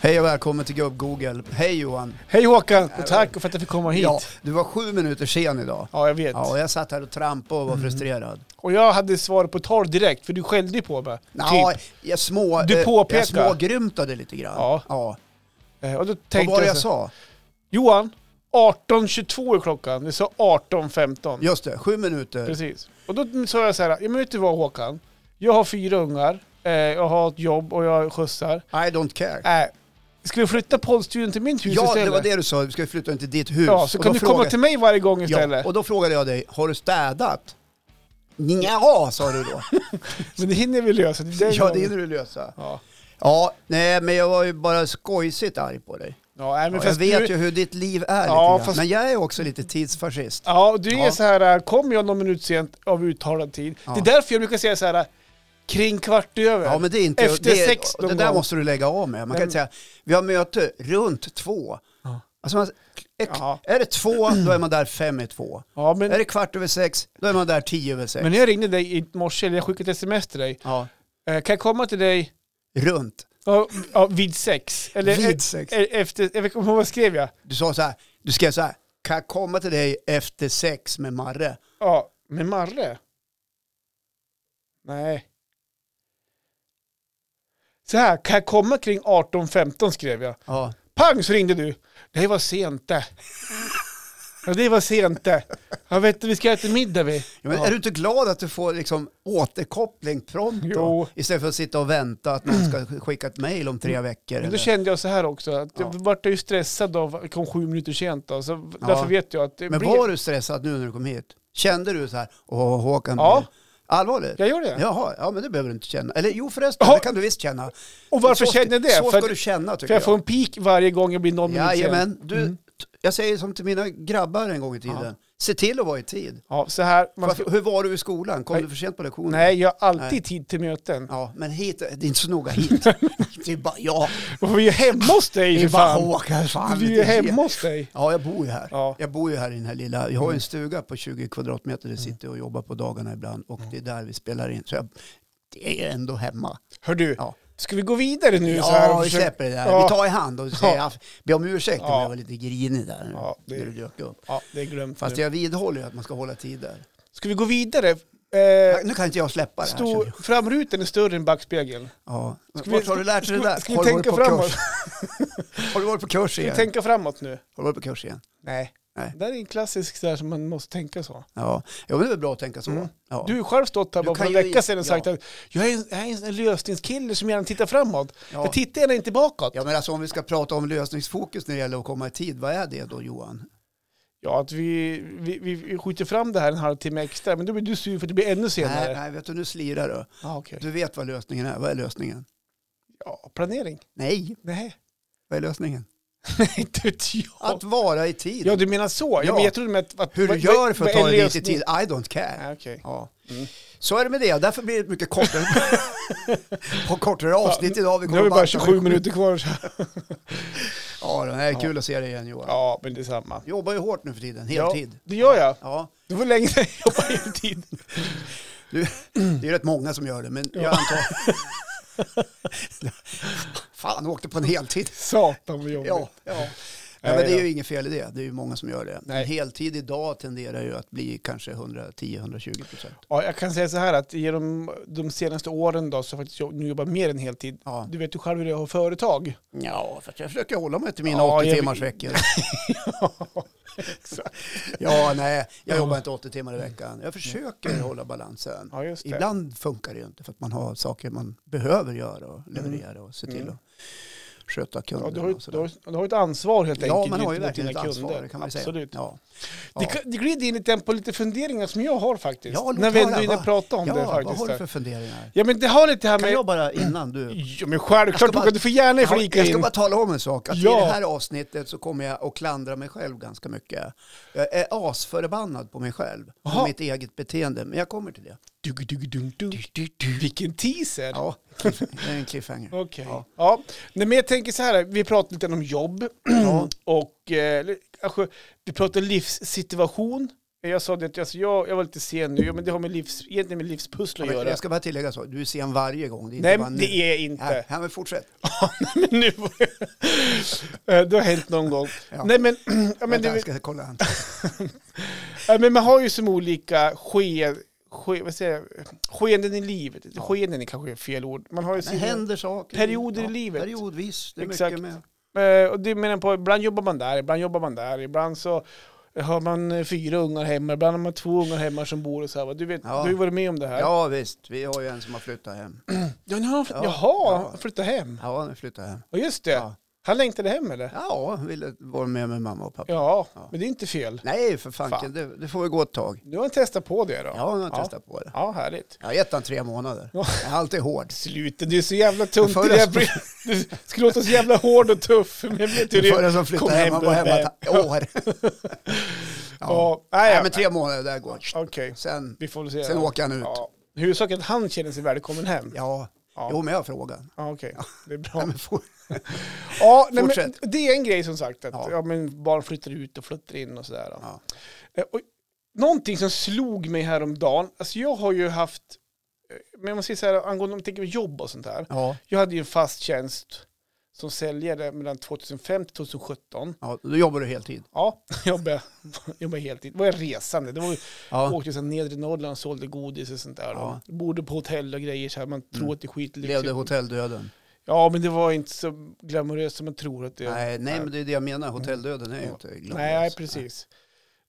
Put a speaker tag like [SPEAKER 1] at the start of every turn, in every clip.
[SPEAKER 1] Hej och välkommen till Gubb Google. Hej Johan.
[SPEAKER 2] Hej Håkan och tack för att jag fick komma hit.
[SPEAKER 1] Ja, du var sju minuter sen idag.
[SPEAKER 2] Ja, jag vet.
[SPEAKER 1] Ja, och jag satt här och trampade och var
[SPEAKER 2] Mm.
[SPEAKER 1] frustrerad.
[SPEAKER 2] Och jag hade svar på tal direkt, för du skällde ju på mig. Typ.
[SPEAKER 1] Ja, jag, små,
[SPEAKER 2] Du
[SPEAKER 1] eh,
[SPEAKER 2] påpekar.
[SPEAKER 1] jag smågrymtade lite grann.
[SPEAKER 2] Ja.
[SPEAKER 1] ja.
[SPEAKER 2] Eh, Och då tänkte
[SPEAKER 1] Vad var det jag
[SPEAKER 2] så-
[SPEAKER 1] sa?
[SPEAKER 2] Johan, 18.22 är klockan. Du sa 18.15.
[SPEAKER 1] Just det, sju minuter.
[SPEAKER 2] Precis. Och då sa jag så här, ja, men vet du vad Håkan? Jag har fyra ungar, eh, jag har ett jobb och jag skjutsar.
[SPEAKER 1] I don't care.
[SPEAKER 2] Äh, ska vi flytta poddstudion till mitt hus
[SPEAKER 1] Ja,
[SPEAKER 2] istället?
[SPEAKER 1] det var det du sa. Vi ska flytta in till ditt hus.
[SPEAKER 2] Ja, så
[SPEAKER 1] Och
[SPEAKER 2] kan
[SPEAKER 1] då
[SPEAKER 2] du
[SPEAKER 1] fråga-
[SPEAKER 2] komma till mig varje gång
[SPEAKER 1] ja,
[SPEAKER 2] istället.
[SPEAKER 1] Och då frågade jag dig, har du städat? Ja, sa du då.
[SPEAKER 2] Men det hinner vi lösa. Det är den
[SPEAKER 1] ja, det
[SPEAKER 2] gången.
[SPEAKER 1] hinner du lösa.
[SPEAKER 2] Ja,
[SPEAKER 1] Ja, nej, men jag var ju bara skojsigt arg på dig.
[SPEAKER 2] ja, nej, men
[SPEAKER 1] Ja, jag
[SPEAKER 2] fast
[SPEAKER 1] vet
[SPEAKER 2] du,
[SPEAKER 1] ju hur ditt liv är
[SPEAKER 2] Ja,
[SPEAKER 1] lite grann.
[SPEAKER 2] fast-
[SPEAKER 1] Men jag är också lite tidsfascist.
[SPEAKER 2] Ja, och du är
[SPEAKER 1] Ja.
[SPEAKER 2] så här, kommer jag någon minut sent av uttalad tid.
[SPEAKER 1] Ja.
[SPEAKER 2] Det är därför jag brukar säga så här, äh, kring kvart över.
[SPEAKER 1] Ja, men det är inte,
[SPEAKER 2] Efter
[SPEAKER 1] det, är-
[SPEAKER 2] sex någon
[SPEAKER 1] Det där
[SPEAKER 2] gång.
[SPEAKER 1] måste du lägga av med. Man kan
[SPEAKER 2] Men-
[SPEAKER 1] inte säga, vi har möte runt två.
[SPEAKER 2] Ja.
[SPEAKER 1] Alltså, man, ek,
[SPEAKER 2] Ja.
[SPEAKER 1] Är det två, då är man där fem i två.
[SPEAKER 2] Ja, men,
[SPEAKER 1] Är det kvart över sex, då är man där tio över sex.
[SPEAKER 2] men när jag ringde dig i morse, eller jag skickade ett sms till dig.
[SPEAKER 1] ja.
[SPEAKER 2] Eh, kan jag komma till dig
[SPEAKER 1] Runt.
[SPEAKER 2] ja, ja, vid sex? Eller,
[SPEAKER 1] Vid sex.
[SPEAKER 2] E efter, jag vet inte vad skrev jag?
[SPEAKER 1] Du sa så här, du skrev så här, kan jag komma till dig efter sex med Marre?
[SPEAKER 2] Ja, med Marre? Nej. Så här, kan jag komma kring 18.15 skrev jag.
[SPEAKER 1] Ja.
[SPEAKER 2] Pang så ringde du. Det var sent det. Ja, det var sent det. Jag vet vi ska äta middag vi.
[SPEAKER 1] Ja, men
[SPEAKER 2] Ja.
[SPEAKER 1] Är du inte glad att du får liksom återkoppling
[SPEAKER 2] Jo.
[SPEAKER 1] pronto? Istället för att sitta och vänta att någon ska skicka ett mejl om tre veckor.
[SPEAKER 2] Men då
[SPEAKER 1] eller-
[SPEAKER 2] kände jag så här också, att jag
[SPEAKER 1] Ja.
[SPEAKER 2] vart ju stressad av, jag kom sju minuter sent då, så
[SPEAKER 1] Ja.
[SPEAKER 2] därför vet jag att det
[SPEAKER 1] Men
[SPEAKER 2] blir...
[SPEAKER 1] var du stressad nu när du kom hit? Kände du så här, åh Håkan,
[SPEAKER 2] Ja.
[SPEAKER 1] blir- allvarligt?
[SPEAKER 2] Jag gör det.
[SPEAKER 1] Jaha, ja men det behöver du inte känna. Eller jo förresten,
[SPEAKER 2] Ja.
[SPEAKER 1] det kan du visst känna.
[SPEAKER 2] Och varför
[SPEAKER 1] så,
[SPEAKER 2] känner jag det?
[SPEAKER 1] Så
[SPEAKER 2] för,
[SPEAKER 1] ska
[SPEAKER 2] att,
[SPEAKER 1] du känna tycker
[SPEAKER 2] för jag får en peak varje gång jag blir någon minut sen.
[SPEAKER 1] Jajamän, du, t- jag säger som till mina grabbar en gång i tiden,
[SPEAKER 2] Mm. Ja.
[SPEAKER 1] se till att vara i tid.
[SPEAKER 2] Ja, så här, man ska,
[SPEAKER 1] Varför, hur var du i skolan? Kom
[SPEAKER 2] Nej.
[SPEAKER 1] du för sent på lektionen?
[SPEAKER 2] nej, jag har alltid
[SPEAKER 1] Nej.
[SPEAKER 2] tid till möten.
[SPEAKER 1] Ja, men hit, det är inte så noga hit. det är bara, ja,
[SPEAKER 2] Och vi är hemma hos dig
[SPEAKER 1] det
[SPEAKER 2] för
[SPEAKER 1] är bara
[SPEAKER 2] fan.
[SPEAKER 1] Håkan, fan.
[SPEAKER 2] Vi
[SPEAKER 1] det
[SPEAKER 2] är
[SPEAKER 1] är-
[SPEAKER 2] hemma hos dig.
[SPEAKER 1] Ja, jag bor ju här.
[SPEAKER 2] Ja. Mm.
[SPEAKER 1] Jag bor ju här i den här lilla, jag har ju en stuga på 20 kvadratmeter där jag sitter och jobbar på dagarna ibland och
[SPEAKER 2] Mm.
[SPEAKER 1] det är där vi spelar in. Så jag, det är ändå hemma.
[SPEAKER 2] Hör du,
[SPEAKER 1] Ja.
[SPEAKER 2] ska vi gå vidare nu? så här,
[SPEAKER 1] Ja,
[SPEAKER 2] och
[SPEAKER 1] vi
[SPEAKER 2] försöka-
[SPEAKER 1] släpper det där.
[SPEAKER 2] Ja.
[SPEAKER 1] Vi tar i hand och säger,
[SPEAKER 2] Ja.
[SPEAKER 1] ja. be om ursäkt om
[SPEAKER 2] Ja.
[SPEAKER 1] jag var lite grinig där
[SPEAKER 2] Ja, det-
[SPEAKER 1] när du dök upp.
[SPEAKER 2] Ja, det är glömt
[SPEAKER 1] Fast
[SPEAKER 2] nu.
[SPEAKER 1] jag vidhåller ju att man ska hålla tider.
[SPEAKER 2] Ska vi gå vidare? Eh,
[SPEAKER 1] Nu kan inte jag släppa det här. känner
[SPEAKER 2] Stor,
[SPEAKER 1] jag.
[SPEAKER 2] framrutan är större än backspegeln.
[SPEAKER 1] Ja.
[SPEAKER 2] Ska
[SPEAKER 1] Vart
[SPEAKER 2] vi-
[SPEAKER 1] har du lärt dig det
[SPEAKER 2] ska-
[SPEAKER 1] där?
[SPEAKER 2] ska vi
[SPEAKER 1] har du varit
[SPEAKER 2] tänka
[SPEAKER 1] på
[SPEAKER 2] framåt?
[SPEAKER 1] kurs? har du varit på kurs igen?
[SPEAKER 2] Tänka framåt nu.
[SPEAKER 1] Har du varit på kurs igen?
[SPEAKER 2] Nej.
[SPEAKER 1] Nej.
[SPEAKER 2] Det där är en klassisk så här som man måste tänka så.
[SPEAKER 1] Ja, ja men det är väl bra att tänka så.
[SPEAKER 2] Mm.
[SPEAKER 1] Ja.
[SPEAKER 2] Du har ju själv stått här
[SPEAKER 1] Du
[SPEAKER 2] bara för
[SPEAKER 1] kan
[SPEAKER 2] en
[SPEAKER 1] ju-
[SPEAKER 2] vecka sedan och
[SPEAKER 1] ja.
[SPEAKER 2] sagt att jag är en, jag är en sån här lösningskille som gärna tittar framåt.
[SPEAKER 1] Ja.
[SPEAKER 2] Jag tittar gärna inte bakåt. Ja,
[SPEAKER 1] Ja men alltså om vi ska prata om lösningsfokus när det gäller att komma i tid, vad är det då Johan?
[SPEAKER 2] att vi, vi, vi skjuter fram det här en halvtimme extra, men då blir du sur för att det blir ännu
[SPEAKER 1] Nej,
[SPEAKER 2] senare.
[SPEAKER 1] nej, vet du, nu slirar du.
[SPEAKER 2] Ah, okej.
[SPEAKER 1] Du vet vad lösningen är. Vad är lösningen?
[SPEAKER 2] ja, planering?
[SPEAKER 1] Nej,
[SPEAKER 2] Nej,
[SPEAKER 1] vad är lösningen?
[SPEAKER 2] inte vet jag.
[SPEAKER 1] Att vara i tid.
[SPEAKER 2] Ja, du menar så. Ja,
[SPEAKER 1] Ja.
[SPEAKER 2] men jag trodde med att, att...
[SPEAKER 1] Hur du
[SPEAKER 2] vad-
[SPEAKER 1] gör
[SPEAKER 2] vad-
[SPEAKER 1] för att
[SPEAKER 2] vad
[SPEAKER 1] ta
[SPEAKER 2] är
[SPEAKER 1] dig dit i
[SPEAKER 2] lösning?
[SPEAKER 1] tid, I don't care.
[SPEAKER 2] Nej, okej.
[SPEAKER 1] Ja.
[SPEAKER 2] Mm.
[SPEAKER 1] Så är det med det, därför blir det mycket kortare, och kortare avsnitt idag. Vi
[SPEAKER 2] Nu har vi
[SPEAKER 1] kommer
[SPEAKER 2] bara 27 minuter kvar. Så.
[SPEAKER 1] Ja, det är kul att se dig igen Johan.
[SPEAKER 2] Ja, men detsamma.
[SPEAKER 1] Jobbar ju hårt nu för tiden, heltid.
[SPEAKER 2] Ja, det gör jag.
[SPEAKER 1] Ja,
[SPEAKER 2] Det var länge sedan jag jobbade heltid.
[SPEAKER 1] det är rätt många som gör det, men jag
[SPEAKER 2] Ja.
[SPEAKER 1] antar... Fan, jag åkte på en heltid.
[SPEAKER 2] Satan vad jobbigt.
[SPEAKER 1] Ja, ja. Nej,
[SPEAKER 2] Nej
[SPEAKER 1] men det är
[SPEAKER 2] då.
[SPEAKER 1] ju inget fel i det. Det är ju många som gör det.
[SPEAKER 2] Nej.
[SPEAKER 1] En heltid idag tenderar ju att bli kanske 110-120 procent.
[SPEAKER 2] Ja, jag kan säga så här att genom de senaste åren då så har jag faktiskt jag nu jobbat mer än heltid.
[SPEAKER 1] Ja.
[SPEAKER 2] Du vet ju själv hur jag har företag.
[SPEAKER 1] ja, för att jag försöker hålla mig till mina
[SPEAKER 2] Ja,
[SPEAKER 1] 80
[SPEAKER 2] jag-
[SPEAKER 1] timmars veckor.
[SPEAKER 2] Exakt.
[SPEAKER 1] Ja, nej, jag
[SPEAKER 2] Ja. Mm.
[SPEAKER 1] jobbar inte 80 timmar i veckan. Jag försöker hålla balansen.
[SPEAKER 2] Ja, just det.
[SPEAKER 1] Ibland funkar det ju inte för att man har saker man behöver göra och leverera och se till
[SPEAKER 2] Mm.
[SPEAKER 1] att sköta
[SPEAKER 2] Ja,
[SPEAKER 1] kunderna.
[SPEAKER 2] du, har ju,
[SPEAKER 1] och
[SPEAKER 2] du,
[SPEAKER 1] sådär.
[SPEAKER 2] har, ju- du har ju ett ansvar helt
[SPEAKER 1] ja,
[SPEAKER 2] enkelt
[SPEAKER 1] man har ju
[SPEAKER 2] gentemot
[SPEAKER 1] verkligen ett
[SPEAKER 2] dina
[SPEAKER 1] ansvar,
[SPEAKER 2] kunder.
[SPEAKER 1] det kan man ju säga.
[SPEAKER 2] Absolut.
[SPEAKER 1] Ja.
[SPEAKER 2] Det,
[SPEAKER 1] Ja.
[SPEAKER 2] kan- det glider in lite grann på lite funderingar som jag har faktiskt.
[SPEAKER 1] Ja, låt
[SPEAKER 2] när vi ändå
[SPEAKER 1] höra,
[SPEAKER 2] inne
[SPEAKER 1] va?
[SPEAKER 2] och pratar om
[SPEAKER 1] ja,
[SPEAKER 2] det
[SPEAKER 1] Vad har
[SPEAKER 2] faktiskt.
[SPEAKER 1] du för funderingar?
[SPEAKER 2] Ja, men det har lite här
[SPEAKER 1] Kan
[SPEAKER 2] med...
[SPEAKER 1] jag bara innan du...
[SPEAKER 2] Ja, men
[SPEAKER 1] Jag ska
[SPEAKER 2] självklart,
[SPEAKER 1] bara-
[SPEAKER 2] Håkan, du får gärna
[SPEAKER 1] Ja,
[SPEAKER 2] flika
[SPEAKER 1] Jag ska
[SPEAKER 2] in.
[SPEAKER 1] bara tala om en sak. Att I
[SPEAKER 2] Ja.
[SPEAKER 1] det här avsnittet så kommer jag att klandra mig själv ganska mycket. Jag är asförbannad på mig själv
[SPEAKER 2] Jaha.
[SPEAKER 1] och mitt eget beteende. Men jag kommer till det.
[SPEAKER 2] Dugg, dugg, dugg, dugg. Vilken teaser!
[SPEAKER 1] Ja, cliffhanger. det är en cliffhanger.
[SPEAKER 2] Okej.
[SPEAKER 1] Ja.
[SPEAKER 2] Ja. Nej, men jag tänker så här, vi pratar lite om jobb
[SPEAKER 1] Ja.
[SPEAKER 2] och eh, eller kanske, vi pratar alltså, livssituation Jag sa det att alltså, jag, jag var lite sen nu, Ja, men det har med livs, egentligen med livspussel att
[SPEAKER 1] Men
[SPEAKER 2] göra.
[SPEAKER 1] Jag ska bara tillägga så, du är sen varje gång. Det är
[SPEAKER 2] Nej,
[SPEAKER 1] inte bara
[SPEAKER 2] men
[SPEAKER 1] nu.
[SPEAKER 2] det är jag
[SPEAKER 1] Ja,
[SPEAKER 2] inte.
[SPEAKER 1] ja, men fortsätt.
[SPEAKER 2] Men nu, Eh, det har hänt någon gång.
[SPEAKER 1] Ja.
[SPEAKER 2] Nej, men, ja, men,
[SPEAKER 1] Vänta,
[SPEAKER 2] det,
[SPEAKER 1] jag ska kolla. här.
[SPEAKER 2] ja, men man har ju som olika ske, ske, vad säger jag, skeenden i livet. Skeenden är kanske fel ord. Man har ju
[SPEAKER 1] Det
[SPEAKER 2] sina,
[SPEAKER 1] händer saker.
[SPEAKER 2] Perioder i livet.
[SPEAKER 1] Periodvis. Det är
[SPEAKER 2] Exakt.
[SPEAKER 1] mycket med.
[SPEAKER 2] Eh, och det menar jag på, ibland jobbar man där, ibland jobbar man där, ibland så har man eh, fyra ungar hemma, ibland har man två ungar hemma som bor och så här. va. Du, vet,
[SPEAKER 1] Ja.
[SPEAKER 2] du har ju varit med om det här.
[SPEAKER 1] Ja visst, vi har ju en som har flyttat hem.
[SPEAKER 2] Ja, nu har han flytt-
[SPEAKER 1] Ja.
[SPEAKER 2] Jaha,
[SPEAKER 1] Ja.
[SPEAKER 2] flyttat hem.
[SPEAKER 1] Ja, han flyttade hem.
[SPEAKER 2] Ja, just det.
[SPEAKER 1] Ja,
[SPEAKER 2] Han längtade hem eller?
[SPEAKER 1] ja han ville vara med med mamma och pappa.
[SPEAKER 2] Ja,
[SPEAKER 1] Ja.
[SPEAKER 2] men det är inte fel.
[SPEAKER 1] Nej, för fanken,
[SPEAKER 2] Fan.
[SPEAKER 1] Det, det får vi gå ett tag.
[SPEAKER 2] Nu har han testat på det då.
[SPEAKER 1] Ja, han har
[SPEAKER 2] Ja.
[SPEAKER 1] testat på det.
[SPEAKER 2] Ja, härligt.
[SPEAKER 1] Jag har gett han tre månader.
[SPEAKER 2] Ja.
[SPEAKER 1] Jag är alltid hård.
[SPEAKER 2] Sluta, du är så jävla tunt.
[SPEAKER 1] Förra-
[SPEAKER 2] Det där blir, du ska låta så jävla hård och tuff. Men jag vet hur det
[SPEAKER 1] Förra som
[SPEAKER 2] Kom
[SPEAKER 1] flyttade hem, han var
[SPEAKER 2] bebbe.
[SPEAKER 1] hemma ett år. Ja.
[SPEAKER 2] Ja, nej,
[SPEAKER 1] Nej,
[SPEAKER 2] men
[SPEAKER 1] men tre månader, där går det.
[SPEAKER 2] Okej,
[SPEAKER 1] Sen,
[SPEAKER 2] vi får väl se.
[SPEAKER 1] sen
[SPEAKER 2] då.
[SPEAKER 1] åker han ut.
[SPEAKER 2] Ja. Huvudsaken är att han känner sig välkommen hem.
[SPEAKER 1] Ja,
[SPEAKER 2] Ja.
[SPEAKER 1] jo men jag har frågan.
[SPEAKER 2] Ja, okej. Det är bra.
[SPEAKER 1] Nej, men får-
[SPEAKER 2] Ja, nej, men
[SPEAKER 1] Fortsätt.
[SPEAKER 2] det är en grej som sagt. Att, ja.
[SPEAKER 1] Ja.
[SPEAKER 2] men barn flyttar ut och flyttar in och sådär.
[SPEAKER 1] Ja.
[SPEAKER 2] Eh, Och, någonting som slog mig häromdagen. Alltså jag har ju haft, eh, men om man säger så här, angående om jag tänker på jobb och sånt här.
[SPEAKER 1] Ja.
[SPEAKER 2] Jag hade ju en fast tjänst som säljare mellan 2005 till 2017.
[SPEAKER 1] ja, då jobbar du heltid.
[SPEAKER 2] Ja, jobbade, jobbade heltid. Var jag resande. Det var, ju-
[SPEAKER 1] Ja.
[SPEAKER 2] Åkte sen nedre Norrland och sålde godis och sånt där.
[SPEAKER 1] Ja. Mm.
[SPEAKER 2] då. Bodde på hotell och grejer så här. Man tror att det är skitlyxigt.
[SPEAKER 1] Levde hotelldöden.
[SPEAKER 2] Ja, men det var inte så glamoröst som man tror att det är.
[SPEAKER 1] Nej, nej, men det är det jag menar. Hotelldöden är ju
[SPEAKER 2] Mm. Ja.
[SPEAKER 1] inte glamorös.
[SPEAKER 2] Nej, precis.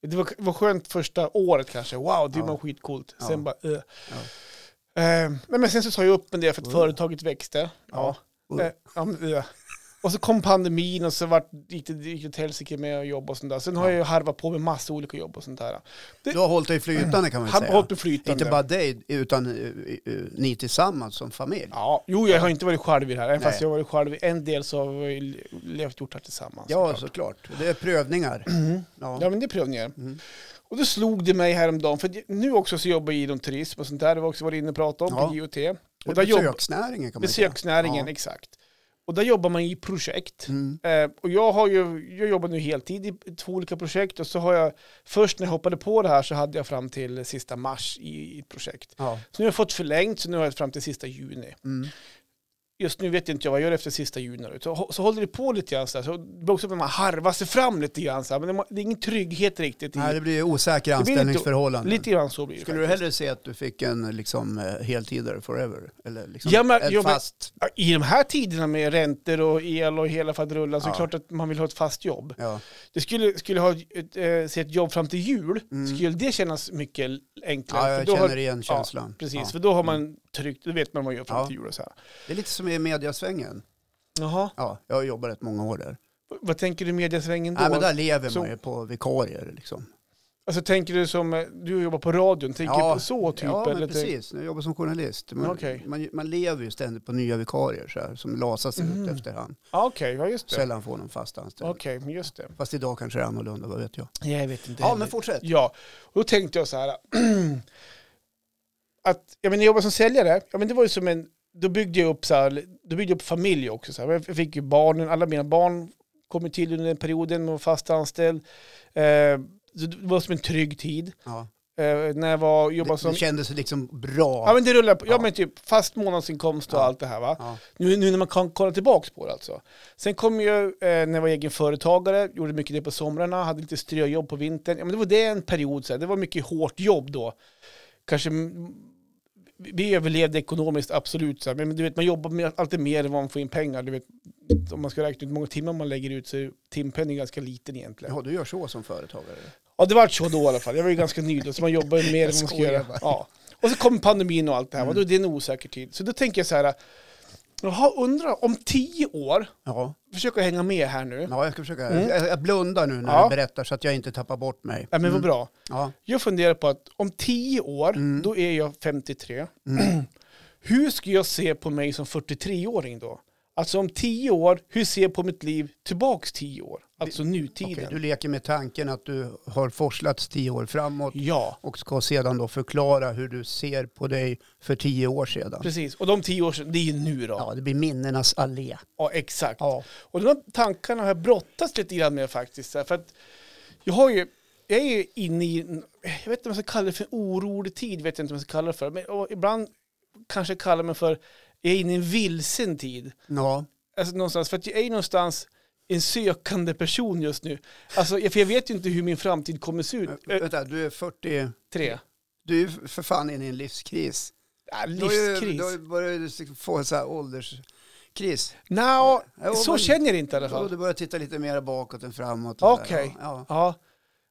[SPEAKER 2] Det var, var skönt första året kanske. Wow, det
[SPEAKER 1] Ja.
[SPEAKER 2] var skitcoolt. Sen
[SPEAKER 1] Ja.
[SPEAKER 2] bara... eh. Eh, nej, men sen så sa jag upp en del för att
[SPEAKER 1] Uh.
[SPEAKER 2] företaget växte. Ja.
[SPEAKER 1] Uh.
[SPEAKER 2] Eh, ja, men, eh. Och så kom pandemin och så vart, gick det gick det åt helsike med jobb och sånt där. Sen har jag ju harvat på med massa olika jobb och sånt där.
[SPEAKER 1] Du har hållit dig flytande kan man
[SPEAKER 2] Han har
[SPEAKER 1] säga.
[SPEAKER 2] hållit mig flytande.
[SPEAKER 1] Inte bara dig, utan eh, eh, ni tillsammans som familj.
[SPEAKER 2] Ja, jo, jag har inte varit själv i det här. Även fast
[SPEAKER 1] Nej.
[SPEAKER 2] jag har varit själv i en del så har vi levt gjort det här tillsammans.
[SPEAKER 1] Ja, såklart. Det är prövningar.
[SPEAKER 2] Mm.
[SPEAKER 1] Ja.
[SPEAKER 2] Ja, men det är prövningar.
[SPEAKER 1] Mm.
[SPEAKER 2] Och då slog det mig häromdagen, för det- nu också så jobbar jag inom turism och sånt där, det har vi också varit inne och pratat om på
[SPEAKER 1] Ja.
[SPEAKER 2] JOT. Och
[SPEAKER 1] Och
[SPEAKER 2] där jobbar,
[SPEAKER 1] besöksnäringen kan man ju säga.
[SPEAKER 2] besöksnäringen,
[SPEAKER 1] Ja.
[SPEAKER 2] exakt. Och där jobbar man i projekt.
[SPEAKER 1] Mm.
[SPEAKER 2] Eh, och jag, har ju, jag jobbar nu heltid i två olika projekt och så har jag, först när jag hoppade på det här så hade jag fram till sista mars i, i ett projekt.
[SPEAKER 1] Ja.
[SPEAKER 2] Så nu har jag fått förlängt, så nu har jag fram till sista juni.
[SPEAKER 1] Mm.
[SPEAKER 2] Just nu vet inte jag vad jag gör efter sista juni. då. Så, så håller det på lite grann så här, så det blir också att man harvar sig fram lite grann så här, men det, må- det är ingen trygghet riktigt i
[SPEAKER 1] Nej, det blir ju osäkra
[SPEAKER 2] Det blir lite-
[SPEAKER 1] anställningsförhållanden.
[SPEAKER 2] Lite grann så blir det.
[SPEAKER 1] Skulle du
[SPEAKER 2] faktiskt.
[SPEAKER 1] hellre se att du fick en liksom, eh, heltidare forever? Eller liksom
[SPEAKER 2] Ja, men-
[SPEAKER 1] en
[SPEAKER 2] ja, men-
[SPEAKER 1] fast...
[SPEAKER 2] I de här tiderna med räntor och el och hela faderullan så är det
[SPEAKER 1] Ja.
[SPEAKER 2] klart att man vill ha ett fast jobb.
[SPEAKER 1] Ja.
[SPEAKER 2] Det skulle, skulle ha ett, eh, se ett jobb fram till jul,
[SPEAKER 1] Mm.
[SPEAKER 2] skulle det kännas mycket enklare.
[SPEAKER 1] ja,
[SPEAKER 2] För
[SPEAKER 1] jag
[SPEAKER 2] då
[SPEAKER 1] känner
[SPEAKER 2] har,
[SPEAKER 1] igen känslan.
[SPEAKER 2] precis,
[SPEAKER 1] Ja. Mm.
[SPEAKER 2] för då har man tryggt, då vet man vad man gör fram
[SPEAKER 1] Ja.
[SPEAKER 2] till jul och så här.
[SPEAKER 1] Det är lite som i mediasvängen.
[SPEAKER 2] Jaha,
[SPEAKER 1] Ja, jag har jobbat rätt många år där.
[SPEAKER 2] vad tänker du mediasvängen då?
[SPEAKER 1] Nej, men där lever
[SPEAKER 2] så-
[SPEAKER 1] man ju på vikarier. Liksom.
[SPEAKER 2] Alltså tänker du som, eh, du jobbar på radion, tänker du
[SPEAKER 1] Ja.
[SPEAKER 2] på så typ?
[SPEAKER 1] ja,
[SPEAKER 2] eller
[SPEAKER 1] men
[SPEAKER 2] tänk-
[SPEAKER 1] precis. Jag jobbar som journalist. Man,
[SPEAKER 2] Okej.
[SPEAKER 1] man, man lever ju ständigt på nya vikarier så här, som lasas
[SPEAKER 2] Mhm.
[SPEAKER 1] ut efterhand.
[SPEAKER 2] Ja, Okej, ja just det.
[SPEAKER 1] Sällan får någon fast anställning.
[SPEAKER 2] Okej, men just det.
[SPEAKER 1] Fast idag kanske det är annorlunda, vad vet jag.
[SPEAKER 2] Jag vet inte
[SPEAKER 1] Ja, men fortsätt.
[SPEAKER 2] Ja, och då tänkte jag så här. att, jag menar, jag jobbade som säljare, ja, men det var ju som en, då byggde jag upp, så här, då byggde jag upp familj också. Så här. Jag fick ju barnen, alla mina barn kom ju till under den perioden, man var fast anställd. Eh, så det var som en trygg tid.
[SPEAKER 1] Ja.
[SPEAKER 2] Eh, när jag var, jobbade
[SPEAKER 1] Det,
[SPEAKER 2] som...
[SPEAKER 1] det kändes liksom bra.
[SPEAKER 2] Ja men det rullar på, ja,
[SPEAKER 1] Ja.
[SPEAKER 2] men typ fast månadsinkomst och
[SPEAKER 1] Ja.
[SPEAKER 2] allt det här va.
[SPEAKER 1] Ja.
[SPEAKER 2] Nu, nu när man kan kolla tillbaka på det alltså. Sen kom ju, eh, när jag var egen företagare, gjorde mycket det på somrarna, hade lite ströjobb på vintern. Ja, men det var det en period, så här. det var mycket hårt jobb då. Kanske, mm, vi- vi överlevde ekonomiskt absolut, så här. men du vet man jobbar med, alltid mer än vad man får in pengar. Du vet, om man ska räkna ut hur många timmar man lägger ut så är timpenningen ganska liten egentligen.
[SPEAKER 1] ja, du gör så som företagare.
[SPEAKER 2] Ja, det var så då i alla fall. Jag var ju ganska ny då, så man jobbar ju mer än vad man ska
[SPEAKER 1] skojar
[SPEAKER 2] göra.
[SPEAKER 1] bara. Mm.
[SPEAKER 2] Ja. Och så kom pandemin och allt det här, och då är det en osäker tid. Så då tänker jag så här, jaha, undrar om tio år,
[SPEAKER 1] Ja.
[SPEAKER 2] försök att hänga med här nu.
[SPEAKER 1] Ja, jag ska försöka.
[SPEAKER 2] Mm.
[SPEAKER 1] Jag, jag blundar nu när
[SPEAKER 2] Ja.
[SPEAKER 1] du berättar så att jag inte tappar bort mig.
[SPEAKER 2] Ja, men vad bra.
[SPEAKER 1] Ja.
[SPEAKER 2] Jag funderar på att om tio år,
[SPEAKER 1] Mm.
[SPEAKER 2] då är jag 53. hur ska jag se på mig som 43-åring då? Alltså om tio år, hur ser jag på mitt liv tillbaks tio år? Alltså nutiden.
[SPEAKER 1] Okej, du leker med tanken att du har forslats tio år framåt
[SPEAKER 2] Ja,
[SPEAKER 1] och ska sedan då förklara hur du ser på dig för tio år sedan.
[SPEAKER 2] precis. Och de tio år sedan, det är ju nu då. Ja,
[SPEAKER 1] Ja, det blir minnenas allé.
[SPEAKER 2] exakt.
[SPEAKER 1] Ja.
[SPEAKER 2] Och de här tankarna har jag brottats lite grann med faktiskt. så här, För att jag har ju, jag är ju inne i, en- jag vet inte vad man ska kalla det för, en orolig tid vet jag inte vad man ska kalla det för. Men och ibland kanske jag kallar mig för, jag är inne i en vilsen tid.
[SPEAKER 1] Ja,
[SPEAKER 2] Alltså någonstans, för att jag är ju någonstans en sökande person just nu. Alltså, jag- för jag vet ju inte hur min framtid kommer se ut.
[SPEAKER 1] Äh,
[SPEAKER 2] Ö,
[SPEAKER 1] vänta, du är 40.
[SPEAKER 2] tre.
[SPEAKER 1] Du är ju för fan inne i en livskris.
[SPEAKER 2] Ja,
[SPEAKER 1] Du har ju-
[SPEAKER 2] livskris.
[SPEAKER 1] Du har ju börjat få så här ålderskris.
[SPEAKER 2] Nja,
[SPEAKER 1] Ja,
[SPEAKER 2] så
[SPEAKER 1] men-
[SPEAKER 2] känner jag det inte i alla
[SPEAKER 1] Och
[SPEAKER 2] fall.
[SPEAKER 1] du börjar titta lite mer bakåt än framåt. och
[SPEAKER 2] Okej.
[SPEAKER 1] där, Ja. Ja.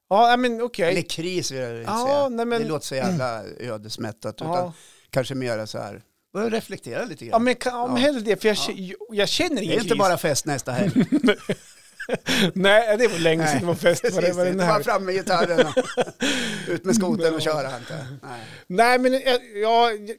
[SPEAKER 2] Ja, ja men okej.
[SPEAKER 1] Eller kris vill jag inte
[SPEAKER 2] Ja,
[SPEAKER 1] säga.
[SPEAKER 2] nej, men- Mm.
[SPEAKER 1] Det låter så jävla ödesmättat. Utan
[SPEAKER 2] Ja.
[SPEAKER 1] kanske mera så här, börja reflektera lite grann.
[SPEAKER 2] Ja, men kan, om
[SPEAKER 1] Ja.
[SPEAKER 2] hellre det, för jag, k- jag känner
[SPEAKER 1] det
[SPEAKER 2] ingen
[SPEAKER 1] är inte
[SPEAKER 2] kris.
[SPEAKER 1] bara fest nästa helg.
[SPEAKER 2] Nej, det var länge sedan
[SPEAKER 1] Nej,
[SPEAKER 2] det var fest. Var det,
[SPEAKER 1] Precis,
[SPEAKER 2] var
[SPEAKER 1] det är
[SPEAKER 2] det
[SPEAKER 1] inte
[SPEAKER 2] här.
[SPEAKER 1] bara fram med gitarren och ut med skotern och köra. Inte. Nej.
[SPEAKER 2] Nej, men jag, jag,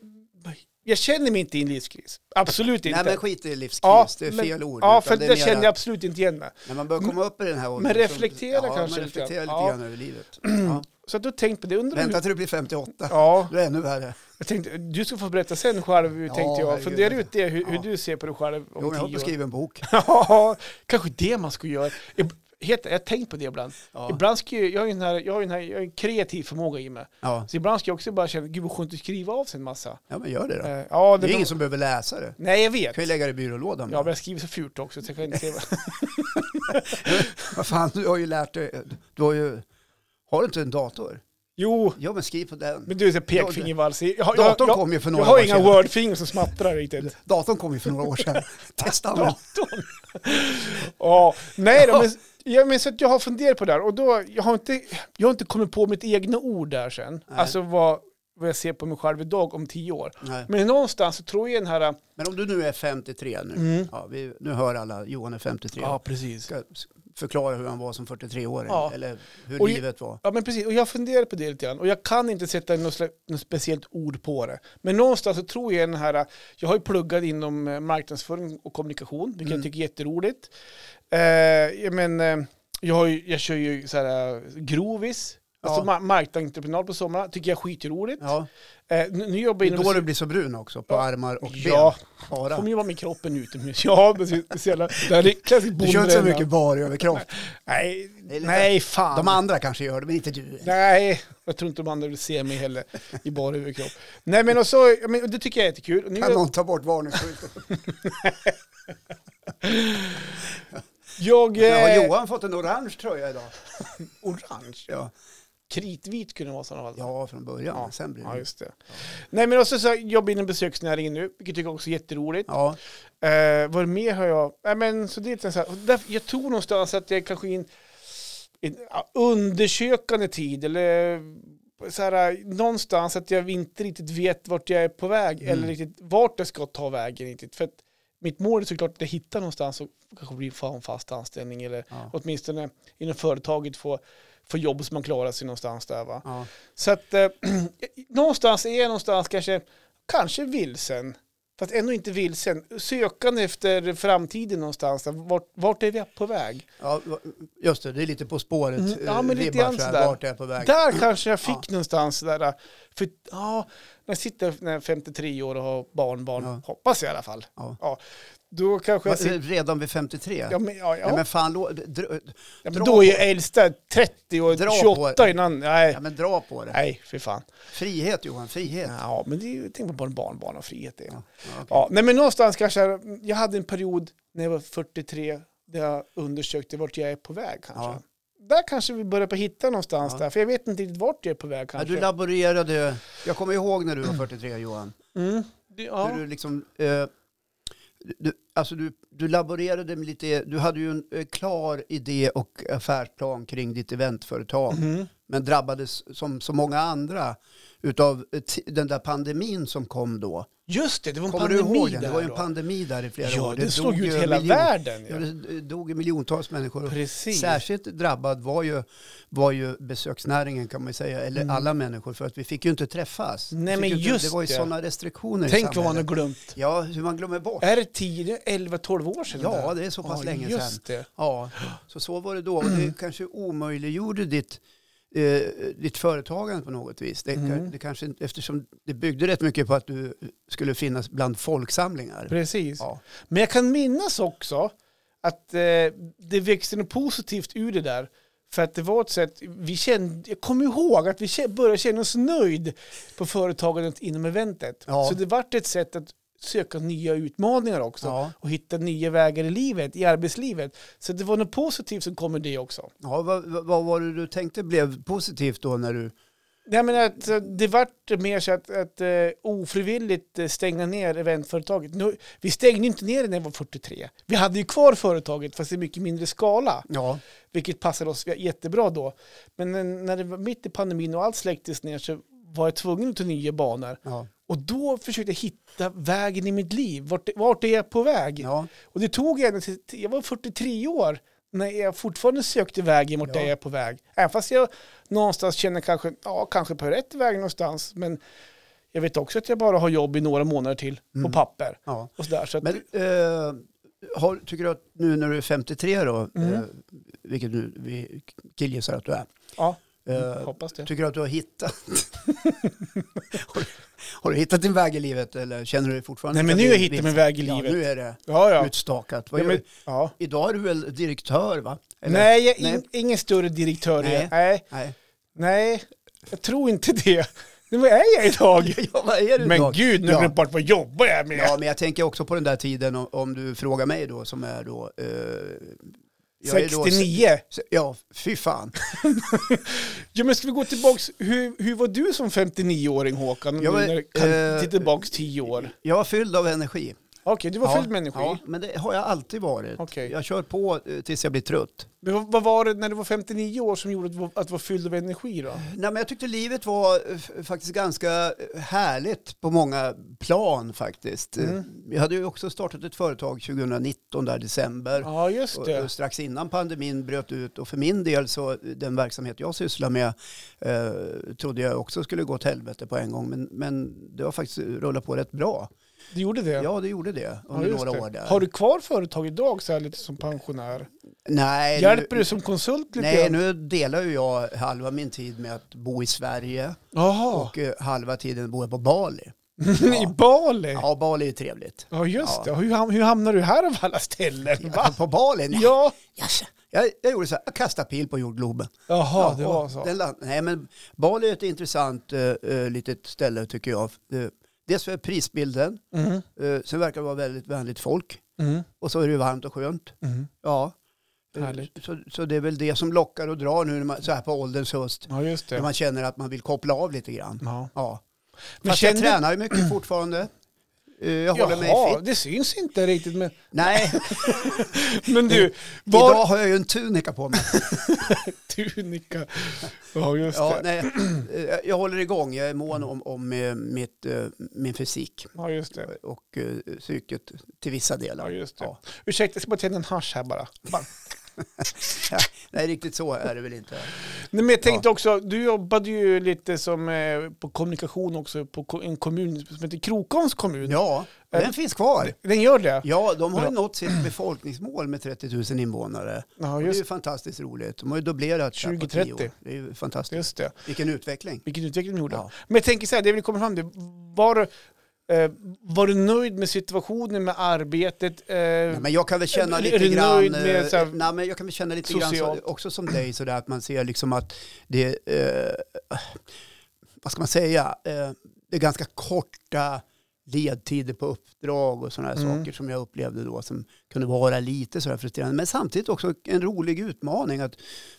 [SPEAKER 2] jag känner mig inte i en livskris. Absolut inte.
[SPEAKER 1] Nej, men skit i livskris, det är
[SPEAKER 2] men-
[SPEAKER 1] fel ord.
[SPEAKER 2] Ja,
[SPEAKER 1] utan
[SPEAKER 2] för
[SPEAKER 1] det
[SPEAKER 2] det,
[SPEAKER 1] är mera
[SPEAKER 2] känner jag
[SPEAKER 1] att
[SPEAKER 2] absolut inte igen mig.
[SPEAKER 1] När man börjar komma upp i den här åldern.
[SPEAKER 2] Men
[SPEAKER 1] så-
[SPEAKER 2] reflektera
[SPEAKER 1] ja,
[SPEAKER 2] kanske
[SPEAKER 1] Man
[SPEAKER 2] lite grann.
[SPEAKER 1] reflektera lite
[SPEAKER 2] Ja.
[SPEAKER 1] grann över livet. Ja.
[SPEAKER 2] Så att då tänkte jag, det undrar
[SPEAKER 1] Vänta
[SPEAKER 2] hur,
[SPEAKER 1] till du blir 58,
[SPEAKER 2] Ja,
[SPEAKER 1] då är det ännu värre.
[SPEAKER 2] jag tänkte, du ska få berätta sen själv, hur
[SPEAKER 1] Ja,
[SPEAKER 2] tänkte jag.
[SPEAKER 1] herregud.
[SPEAKER 2] Fundera ut det, hur, hur
[SPEAKER 1] Ja.
[SPEAKER 2] du ser på dig själv
[SPEAKER 1] Jo, men
[SPEAKER 2] om
[SPEAKER 1] jag hoppas
[SPEAKER 2] tio år.
[SPEAKER 1] skriva en bok.
[SPEAKER 2] Ja, kanske det man ska göra. Jag, helt- jag har tänkt på det ibland.
[SPEAKER 1] Ja.
[SPEAKER 2] Ibland ska jag, jag, har ju den här, jag har ju den här, jag har en kreativ förmåga i mig.
[SPEAKER 1] Ja.
[SPEAKER 2] Så ibland ska jag också bara känna, gud vad skönt att skriva av sig en massa.
[SPEAKER 1] ja, men gör det då.
[SPEAKER 2] Eh, Ja,
[SPEAKER 1] Det är ingen
[SPEAKER 2] beror-
[SPEAKER 1] som behöver läsa det.
[SPEAKER 2] Nej, jag
[SPEAKER 1] Du
[SPEAKER 2] vet.
[SPEAKER 1] kan ju lägga det i byrålådan.
[SPEAKER 2] Ja,
[SPEAKER 1] bara.
[SPEAKER 2] men jag skriver så fult också, så jag kan inte se vad...
[SPEAKER 1] Vad fan, du har ju lärt dig. Du har ju... Har du inte en dator?
[SPEAKER 2] Jo,
[SPEAKER 1] Ja, men skriv på den.
[SPEAKER 2] men du är så pekfingervals. Jag, har- jag,
[SPEAKER 1] Datorn
[SPEAKER 2] jag,
[SPEAKER 1] kom ju för
[SPEAKER 2] jag
[SPEAKER 1] några
[SPEAKER 2] har
[SPEAKER 1] år
[SPEAKER 2] inga
[SPEAKER 1] sedan.
[SPEAKER 2] wordfingrar som smattrar riktigt.
[SPEAKER 1] Datorn kom ju för några år sedan. Testa den.
[SPEAKER 2] Datorn! ja, nej då, men, ja, men så att jag har funderat på det här. Och då, jag har inte, jag har inte kommit på mitt egna ord där sen.
[SPEAKER 1] Nej.
[SPEAKER 2] Alltså vad, vad jag ser på mig själv idag om tio år.
[SPEAKER 1] Nej.
[SPEAKER 2] Men någonstans så tror jag den här...
[SPEAKER 1] Men om du nu är 53 nu.
[SPEAKER 2] Mm.
[SPEAKER 1] Ja, vi, nu hör alla, Johan är 53.
[SPEAKER 2] precis.
[SPEAKER 1] Ska s- förklara hur han var som 43-åring.
[SPEAKER 2] Ja.
[SPEAKER 1] Eller hur
[SPEAKER 2] Och ju-
[SPEAKER 1] livet var.
[SPEAKER 2] Ja men precis, och jag funderar på det lite grann. Och jag kan inte sätta något, sle- något speciellt ord på det. Men någonstans så tror jag den här, jag har ju pluggat inom eh, marknadsföring och kommunikation, vilket
[SPEAKER 1] Mm.
[SPEAKER 2] jag tycker är jätteroligt. Eh, jag, men, eh, jag, har ju, jag kör ju så här, eh, grovis, alltså
[SPEAKER 1] Ja.
[SPEAKER 2] ma- marknadsentreprenad på somrarna, tycker jag är skitroligt.
[SPEAKER 1] Ja.
[SPEAKER 2] Eh, nu, nu jobbar
[SPEAKER 1] Det
[SPEAKER 2] jag
[SPEAKER 1] är
[SPEAKER 2] inom...
[SPEAKER 1] då du blir så brun också, på armar och ben.
[SPEAKER 2] Ja,
[SPEAKER 1] Bara.
[SPEAKER 2] kommer ju vara med kroppen utomhus. Ja, precis. Det är så jävla- det här är klassiskt
[SPEAKER 1] Du kör inte så
[SPEAKER 2] bondebränna.
[SPEAKER 1] mycket bar överkropp.
[SPEAKER 2] Nej,
[SPEAKER 1] Det är lite-
[SPEAKER 2] nej fan.
[SPEAKER 1] De andra kanske gör det, men inte du.
[SPEAKER 2] Nej, jag tror inte de andra vill se mig heller i bara överkropp. Nej, men och så, ja, men det tycker jag är jättekul. Och Nu,
[SPEAKER 1] Kan någon ta bort varningsskylten?
[SPEAKER 2] jag,
[SPEAKER 1] Har
[SPEAKER 2] eh,
[SPEAKER 1] Johan fått en orange tröja idag?
[SPEAKER 2] orange.
[SPEAKER 1] Ja,
[SPEAKER 2] Kritvit kunde det vara sådana fall.
[SPEAKER 1] ja från början.
[SPEAKER 2] Ja.
[SPEAKER 1] Sen blir
[SPEAKER 2] Ja,
[SPEAKER 1] det...
[SPEAKER 2] just det. Nej, men också så jag jobbar inom besöksnäringen nu, vilket jag tycker också är jätteroligt.
[SPEAKER 1] Ja,
[SPEAKER 2] Eh, vad mer har jag? Nej, men så det är lite så här, och därför, jag tror någonstans att jag kanske är i en, en ja, undersökande tid eller så här, någonstans att jag inte riktigt vet vart jag är på väg
[SPEAKER 1] Mm.
[SPEAKER 2] eller riktigt vart jag ska ta vägen riktigt. För att mitt mål är såklart att jag hittar någonstans och kanske blir fan fast anställning eller
[SPEAKER 1] ja,
[SPEAKER 2] åtminstone inom företaget få, få jobb som man klarar sig någonstans där va.
[SPEAKER 1] ja.
[SPEAKER 2] Så att eh, någonstans är jag någonstans kanske, kanske vilsen. Fast ändå inte vilsen. Sökande efter framtiden någonstans. Vart, vart är vi på väg?
[SPEAKER 1] ja va- just det. Det är lite På spåret.
[SPEAKER 2] Mm, ja,
[SPEAKER 1] eh,
[SPEAKER 2] men lite
[SPEAKER 1] vibbar
[SPEAKER 2] grann
[SPEAKER 1] så här,
[SPEAKER 2] sådär.
[SPEAKER 1] Vart jag är på väg.
[SPEAKER 2] Där kanske jag fick
[SPEAKER 1] Ja.
[SPEAKER 2] någonstans där. För ja, när jag sitter när jag är 53 år och har barnbarn,
[SPEAKER 1] Ja.
[SPEAKER 2] hoppas jag i alla fall.
[SPEAKER 1] Ja.
[SPEAKER 2] Då kanske
[SPEAKER 1] Va,
[SPEAKER 2] jag sitter...
[SPEAKER 1] Redan vid 53?
[SPEAKER 2] Ja, men, ja, ja.
[SPEAKER 1] Nej, men fan, lå- dra,
[SPEAKER 2] ja,
[SPEAKER 1] dra
[SPEAKER 2] men då är jag äldsta 30 och
[SPEAKER 1] Dra på
[SPEAKER 2] 28
[SPEAKER 1] det.
[SPEAKER 2] innan. Nej,
[SPEAKER 1] ja, men dra på det.
[SPEAKER 2] nej för fan.
[SPEAKER 1] Frihet Johan, frihet.
[SPEAKER 2] Ja, men det är ju, tänk på en barnbarn och frihet det är.
[SPEAKER 1] Ja, okej.
[SPEAKER 2] Ja, nej men någonstans kanske, jag- jag hade en period när jag var 43 där jag undersökte vart jag är på väg kanske.
[SPEAKER 1] Ja.
[SPEAKER 2] Där kanske vi börjar på att hitta någonstans
[SPEAKER 1] Ja.
[SPEAKER 2] där, för jag vet inte riktigt vart jag är på väg
[SPEAKER 1] Ja,
[SPEAKER 2] kanske.
[SPEAKER 1] du laborerade, jag kommer ihåg när du var 43 Johan.
[SPEAKER 2] mm. Det-
[SPEAKER 1] Hur
[SPEAKER 2] ja.
[SPEAKER 1] du liksom, eh, du, alltså du, du laborerade med lite, du hade ju en eh, klar idé och affärsplan kring ditt eventföretag.
[SPEAKER 2] Mm.
[SPEAKER 1] Men drabbades som så många andra utav eh, ti- den där pandemin som kom då.
[SPEAKER 2] Just det, det var en
[SPEAKER 1] Kommer du
[SPEAKER 2] pandemi
[SPEAKER 1] ihåg den? Det var ju
[SPEAKER 2] där
[SPEAKER 1] en
[SPEAKER 2] då.
[SPEAKER 1] pandemi där i flera
[SPEAKER 2] Ja,
[SPEAKER 1] år.
[SPEAKER 2] det, slog
[SPEAKER 1] dog
[SPEAKER 2] ut
[SPEAKER 1] ju
[SPEAKER 2] hela
[SPEAKER 1] miljon-
[SPEAKER 2] världen.
[SPEAKER 1] Ja,
[SPEAKER 2] Ja.
[SPEAKER 1] det eh, dog ju miljontals människor.
[SPEAKER 2] Precis.
[SPEAKER 1] Särskilt drabbad var ju, var ju besöksnäringen kan man ju säga, eller
[SPEAKER 2] Mm.
[SPEAKER 1] alla människor för att vi fick ju inte träffas. Vi
[SPEAKER 2] Nej,
[SPEAKER 1] fick
[SPEAKER 2] men
[SPEAKER 1] ju inte,
[SPEAKER 2] just
[SPEAKER 1] det var ju
[SPEAKER 2] det.
[SPEAKER 1] sådana restriktioner
[SPEAKER 2] Tänk
[SPEAKER 1] i
[SPEAKER 2] vad man har
[SPEAKER 1] samhället.
[SPEAKER 2] glömt.
[SPEAKER 1] Ja, hur man glömmer bort.
[SPEAKER 2] Är det 10, 11, 12 år sedan?
[SPEAKER 1] Ja,
[SPEAKER 2] där?
[SPEAKER 1] det är så pass
[SPEAKER 2] Ja,
[SPEAKER 1] länge
[SPEAKER 2] just
[SPEAKER 1] sedan.
[SPEAKER 2] Det.
[SPEAKER 1] Ja, så så var det då. Och det kanske omöjliggjorde ditt, eh, ditt företagande på något vis. Det,
[SPEAKER 2] Mm.
[SPEAKER 1] det kanske, inte- eftersom det byggde rätt mycket på att du skulle finnas bland folksamlingar.
[SPEAKER 2] Precis.
[SPEAKER 1] Ja.
[SPEAKER 2] Men jag kan minnas också att eh, det växte något positivt ur det där. För att det var ett sätt, vi kände, jag kommer ihåg att vi kä- började känna oss nöjd på företagandet inom eventet.
[SPEAKER 1] Ja.
[SPEAKER 2] Så det vart ett sätt att söka nya utmaningar också
[SPEAKER 1] Ja.
[SPEAKER 2] och hitta nya vägar i livet, i arbetslivet. Så det var något positivt som kom med det också.
[SPEAKER 1] Ja, vad, vad- vad var det du tänkte blev positivt då när du...
[SPEAKER 2] Nej, men att eh, det vart mer så att, att eh, ofrivilligt eh, stänga ner eventföretaget. Nu, vi stängde inte ner det när vi var 43. Vi hade ju kvar företaget fast i mycket mindre skala,
[SPEAKER 1] Ja,
[SPEAKER 2] vilket passade oss jättebra då. Men eh, när det var mitt i pandemin och allt släcktes ner så var jag tvungen att ta nya banor.
[SPEAKER 1] ja,
[SPEAKER 2] Och då försökte jag hitta vägen i mitt liv. Vart, vart är jag på väg?
[SPEAKER 1] ja,
[SPEAKER 2] Och det tog ända till, till- jag var 43 år när jag fortfarande sökte vägen vart
[SPEAKER 1] Ja.
[SPEAKER 2] jag är på väg. Även fast jag någonstans känner kanske, ja, kanske på rätt väg någonstans. Men jag vet också att jag bara har jobb i några månader till
[SPEAKER 1] Mm.
[SPEAKER 2] på papper.
[SPEAKER 1] ja.
[SPEAKER 2] Och sådär. Så att,
[SPEAKER 1] Men eh, har, tycker du att nu när du är 53 då,
[SPEAKER 2] Mm.
[SPEAKER 1] eh, vilket du, vi killgissar att du är,
[SPEAKER 2] ja,
[SPEAKER 1] eh,
[SPEAKER 2] hoppas det.
[SPEAKER 1] tycker du att du har hittat... har, du- har du hittat din väg i livet eller känner du dig fortfarande...
[SPEAKER 2] Nej men nu har jag hittat min väg i
[SPEAKER 1] Ja,
[SPEAKER 2] livet.
[SPEAKER 1] nu är det
[SPEAKER 2] Ja, ja.
[SPEAKER 1] utstakat. Vad
[SPEAKER 2] ja,
[SPEAKER 1] gör
[SPEAKER 2] men,
[SPEAKER 1] du?
[SPEAKER 2] ja.
[SPEAKER 1] Idag är du väl direktör va? Eller?
[SPEAKER 2] Nej, jag är
[SPEAKER 1] Nej.
[SPEAKER 2] in, ingen större direktör.
[SPEAKER 1] Nej.
[SPEAKER 2] Nej. Nej,
[SPEAKER 1] Nej.
[SPEAKER 2] nej, jag tror inte det. Men vad är jag idag?
[SPEAKER 1] Ja, vad är du
[SPEAKER 2] Men
[SPEAKER 1] idag?
[SPEAKER 2] gud, nu har jag
[SPEAKER 1] Ja.
[SPEAKER 2] glömt bort vad jobbar jag med?
[SPEAKER 1] Ja, men jag tänker också på den där tiden om, om du frågar mig då som är då... Eh, jag är då-
[SPEAKER 2] 69.
[SPEAKER 1] se- Ja, fy fan.
[SPEAKER 2] Ja men ska vi gå tillbaks, hur, hur var du som 59-åring Håkan?
[SPEAKER 1] Ja,
[SPEAKER 2] Ja,
[SPEAKER 1] men,
[SPEAKER 2] men, kan
[SPEAKER 1] eh,
[SPEAKER 2] titta tillbaks 10 år. Okej,
[SPEAKER 1] Jag var fylld av energi.
[SPEAKER 2] du var
[SPEAKER 1] ja,
[SPEAKER 2] fylld människa.
[SPEAKER 1] Ja, men det har jag alltid varit.
[SPEAKER 2] Okej.
[SPEAKER 1] Jag kör på eh, tills jag blir trött.
[SPEAKER 2] Men vad, vad var det när du var 59 år som gjorde att du var, att du var fylld av energi då?
[SPEAKER 1] Nej, men jag tyckte livet var eh, f- faktiskt ganska eh, härligt på många plan faktiskt. Eh,
[SPEAKER 2] Mm.
[SPEAKER 1] Jag hade ju också startat ett företag 2019 där i december.
[SPEAKER 2] Ja just
[SPEAKER 1] Och,
[SPEAKER 2] det.
[SPEAKER 1] och strax innan pandemin bröt ut och för min del så eh, den verksamhet jag sysslar med eh, trodde jag också skulle gå åt helvete på en gång men, men det har faktiskt rullat på rätt bra.
[SPEAKER 2] Du gjorde det?
[SPEAKER 1] Ja, det gjorde det under
[SPEAKER 2] just
[SPEAKER 1] några
[SPEAKER 2] det.
[SPEAKER 1] år där.
[SPEAKER 2] Har du kvar företag idag så här lite som pensionär?
[SPEAKER 1] Nej,
[SPEAKER 2] Hjälper
[SPEAKER 1] nu,
[SPEAKER 2] du som konsult lite
[SPEAKER 1] nej,
[SPEAKER 2] grann?
[SPEAKER 1] nu delar ju jag halva min tid med att bo i Sverige
[SPEAKER 2] Jaha,
[SPEAKER 1] och eh, halva tiden bor jag på Bali.
[SPEAKER 2] i Bali? Ja,
[SPEAKER 1] Ja, Bali är trevligt.
[SPEAKER 2] just
[SPEAKER 1] Ja.
[SPEAKER 2] det. Hur, ham- hur hamnar du här av alla ställen? Va?
[SPEAKER 1] På Bali? Nej.
[SPEAKER 2] Ja.
[SPEAKER 1] Jaså. Jag, jag gjorde så här, jag kastade pil på jordgloben.
[SPEAKER 2] Jaha,
[SPEAKER 1] Ja,
[SPEAKER 2] det
[SPEAKER 1] och
[SPEAKER 2] var så.
[SPEAKER 1] den land- nej, men Bali är ett intressant eh, eh, litet ställe tycker jag. Eh, dels för prisbilden,
[SPEAKER 2] Mm,
[SPEAKER 1] eh, sen verkar det vara väldigt vänligt folk
[SPEAKER 2] mm,
[SPEAKER 1] och så är det ju varmt och skönt.
[SPEAKER 2] mm.
[SPEAKER 1] Ja. Eh,
[SPEAKER 2] Härligt.
[SPEAKER 1] Så, så det är väl det som lockar och drar nu när man, så här på ålderns höst.
[SPEAKER 2] Ja just
[SPEAKER 1] När
[SPEAKER 2] det.
[SPEAKER 1] man känner att man vill koppla av lite grann.
[SPEAKER 2] Ja.
[SPEAKER 1] Ja.
[SPEAKER 2] Mm. Men
[SPEAKER 1] Fast
[SPEAKER 2] kände-
[SPEAKER 1] jag tränar ju mycket fortfarande. Eh, jag håller mig
[SPEAKER 2] Jaha,
[SPEAKER 1] fit.
[SPEAKER 2] det syns inte riktigt. Men,
[SPEAKER 1] Nej,
[SPEAKER 2] men du,
[SPEAKER 1] idag
[SPEAKER 2] var
[SPEAKER 1] har jag ju en tunika på mig.
[SPEAKER 2] tunika? Ja, just
[SPEAKER 1] Ja,
[SPEAKER 2] det.
[SPEAKER 1] nej, eh, jag håller igång. Jag är mån om, om eh, mitt, eh, min fysik
[SPEAKER 2] Ja, just det.
[SPEAKER 1] och eh, psyket till vissa delar.
[SPEAKER 2] Ja, just det.
[SPEAKER 1] Ja.
[SPEAKER 2] Ursäkta, jag ska bara tända en hasch här bara. bara.
[SPEAKER 1] Nej, riktigt så är det väl inte.
[SPEAKER 2] Nej, men jag tänkte också, du jobbade ju lite som, eh, på kommunikation också på ko- en kommun som heter Krokoms kommun.
[SPEAKER 1] Ja, den finns kvar.
[SPEAKER 2] Den gör det?
[SPEAKER 1] Ja, de har ju
[SPEAKER 2] Bra.
[SPEAKER 1] nått sitt befolkningsmål med 30 000 invånare.
[SPEAKER 2] Ja,
[SPEAKER 1] Det är ju
[SPEAKER 2] just,
[SPEAKER 1] fantastiskt roligt. De har ju dubblerat där på tio
[SPEAKER 2] 2030.
[SPEAKER 1] år. Det är ju fantastiskt.
[SPEAKER 2] just det.
[SPEAKER 1] Vilken utveckling.
[SPEAKER 2] Vilken utveckling de gjorde.
[SPEAKER 1] Ja.
[SPEAKER 2] Men jag tänker så här, det vi kommer fram till, var, eh, var du nöjd med situationen, med arbetet? Eh,
[SPEAKER 1] Nej, men jag kan väl känna
[SPEAKER 2] Är- är
[SPEAKER 1] lite
[SPEAKER 2] du
[SPEAKER 1] grann,
[SPEAKER 2] nöjd med
[SPEAKER 1] eh,
[SPEAKER 2] så här
[SPEAKER 1] nej, men jag kan väl känna lite grann
[SPEAKER 2] socialt?
[SPEAKER 1] så, också som dig sådär att man ser liksom att det, eh, vad ska man säga, eh, det är ganska korta ledtider på uppdrag och sådana här
[SPEAKER 2] Mm.
[SPEAKER 1] saker som jag upplevde då som kunde vara lite sådär frustrerande. Men samtidigt också en rolig utmaning att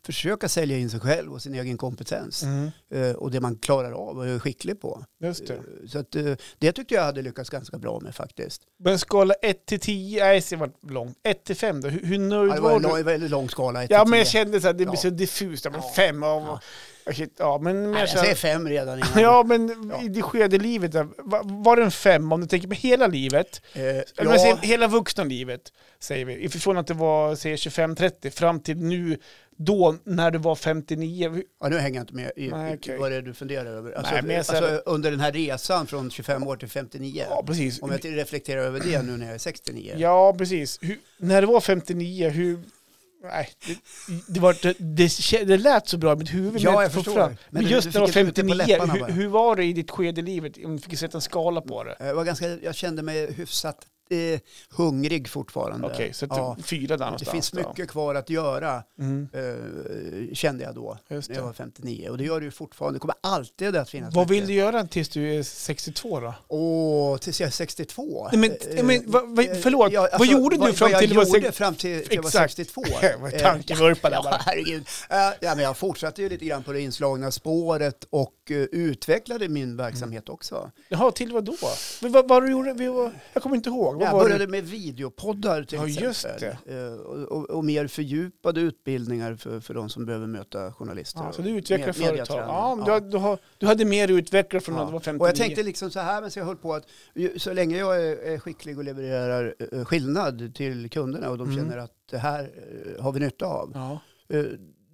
[SPEAKER 1] försöka sälja in sig själv och sin egen kompetens
[SPEAKER 2] Mm,
[SPEAKER 1] eh, och det man klarar av och är skicklig på.
[SPEAKER 2] just det.
[SPEAKER 1] Eh, Så att, eh, det tyckte jag hade lyckats ganska bra med faktiskt.
[SPEAKER 2] Men skala 1 till 10, nej det var långt. 1 till 5 då, hur, hur nöjd
[SPEAKER 1] Ja, Det var
[SPEAKER 2] var
[SPEAKER 1] en
[SPEAKER 2] du?
[SPEAKER 1] lång- väldigt lång skala. ett
[SPEAKER 2] ja
[SPEAKER 1] till
[SPEAKER 2] men jag
[SPEAKER 1] tio.
[SPEAKER 2] kände så här, det blir
[SPEAKER 1] Ja.
[SPEAKER 2] så diffust, ja, men
[SPEAKER 1] Ja.
[SPEAKER 2] 5 av...
[SPEAKER 1] Ja.
[SPEAKER 2] Ja. Shit, ja men
[SPEAKER 1] Nej,
[SPEAKER 2] mer
[SPEAKER 1] Alltså, jag
[SPEAKER 2] så här,
[SPEAKER 1] säger fem redan innan.
[SPEAKER 2] Ja men
[SPEAKER 1] Ja.
[SPEAKER 2] i det skede i livet, där, va- var det en 5 om du tänker på hela livet?
[SPEAKER 1] Eh, ja,
[SPEAKER 2] Eller men säg, hela vuxna livet, säger vi. Ifrån att det var, säg 25-30 fram till nu, då när du var 59. Hur-
[SPEAKER 1] ja, nu hänger jag inte med i
[SPEAKER 2] Nej, okej.
[SPEAKER 1] vad det är du funderar över. Alltså,
[SPEAKER 2] Nej, men jag säger-
[SPEAKER 1] alltså, under den här resan från 25 år till 59.
[SPEAKER 2] Ja precis.
[SPEAKER 1] Om jag till- reflekterar över det nu när jag är 69.
[SPEAKER 2] Ja precis. Hur, när det var 59, hur... Nej, det, det, var, det, det, kä- det lät så bra i mitt huvud. men
[SPEAKER 1] Ja, jag
[SPEAKER 2] inte får
[SPEAKER 1] förstår.
[SPEAKER 2] fram.
[SPEAKER 1] Men
[SPEAKER 2] Men,
[SPEAKER 1] du-
[SPEAKER 2] just
[SPEAKER 1] du
[SPEAKER 2] när det var
[SPEAKER 1] fick inte på
[SPEAKER 2] 59,
[SPEAKER 1] läpparna
[SPEAKER 2] hur,
[SPEAKER 1] bara. Eh,
[SPEAKER 2] hur var det i ditt skede i livet? Om du fick sätta en skala på det.
[SPEAKER 1] Jag, var ganska, jag kände mig hyfsat eh, hungrig fortfarande.
[SPEAKER 2] Okej, så att
[SPEAKER 1] Mm. ja,
[SPEAKER 2] du fyra där
[SPEAKER 1] det
[SPEAKER 2] någonstans.
[SPEAKER 1] finns
[SPEAKER 2] då.
[SPEAKER 1] mycket kvar att göra,
[SPEAKER 2] Mm.
[SPEAKER 1] eh, kände jag då,
[SPEAKER 2] Just
[SPEAKER 1] när jag var
[SPEAKER 2] det.
[SPEAKER 1] 59. Och det gör det ju fortfarande. Det kommer alltid att finnas
[SPEAKER 2] Vad vill
[SPEAKER 1] mycket.
[SPEAKER 2] du göra tills du är 62 då?
[SPEAKER 1] Åh, tills jag är 62.
[SPEAKER 2] Nej, men-
[SPEAKER 1] Eh, alltså,
[SPEAKER 2] nej, men vad- vad- förlåt. Vad gjorde du
[SPEAKER 1] vad,
[SPEAKER 2] fram
[SPEAKER 1] vad
[SPEAKER 2] till du var
[SPEAKER 1] jag gjorde
[SPEAKER 2] sex-
[SPEAKER 1] fram till jag var
[SPEAKER 2] Exakt.
[SPEAKER 1] 62?
[SPEAKER 2] Vad
[SPEAKER 1] Eh,
[SPEAKER 2] Tankevurpa där
[SPEAKER 1] Ja,
[SPEAKER 2] bara.
[SPEAKER 1] herregud. Eh, ja, men jag fortsatte ju lite grann på det inslagna spåret och eh, utvecklade min verksamhet
[SPEAKER 2] Mm.
[SPEAKER 1] också.
[SPEAKER 2] Jaha, till vad då? Men vad, vad du gjorde? Vi var, jag kommer inte ihåg. Vad
[SPEAKER 1] Jag
[SPEAKER 2] var det?
[SPEAKER 1] började med videopoddar till
[SPEAKER 2] Ja,
[SPEAKER 1] exempel.
[SPEAKER 2] just
[SPEAKER 1] Eh, och, och, och mer fördjupade utbildningar för, för de som behöver möta journalister.
[SPEAKER 2] Ja, så
[SPEAKER 1] och
[SPEAKER 2] du utvecklar
[SPEAKER 1] med-
[SPEAKER 2] företag?
[SPEAKER 1] mediatränare.
[SPEAKER 2] Ja, men Du, har- du, har, du hade mer utvecklat från när du var 59?
[SPEAKER 1] Och jag tänkte liksom så här, men så jag höll på att ju- så länge jag är är skicklig och levererar eh, skillnad till kunderna och de
[SPEAKER 2] Mm.
[SPEAKER 1] känner att det här eh, har vi nytta av,
[SPEAKER 2] ja.
[SPEAKER 1] eh,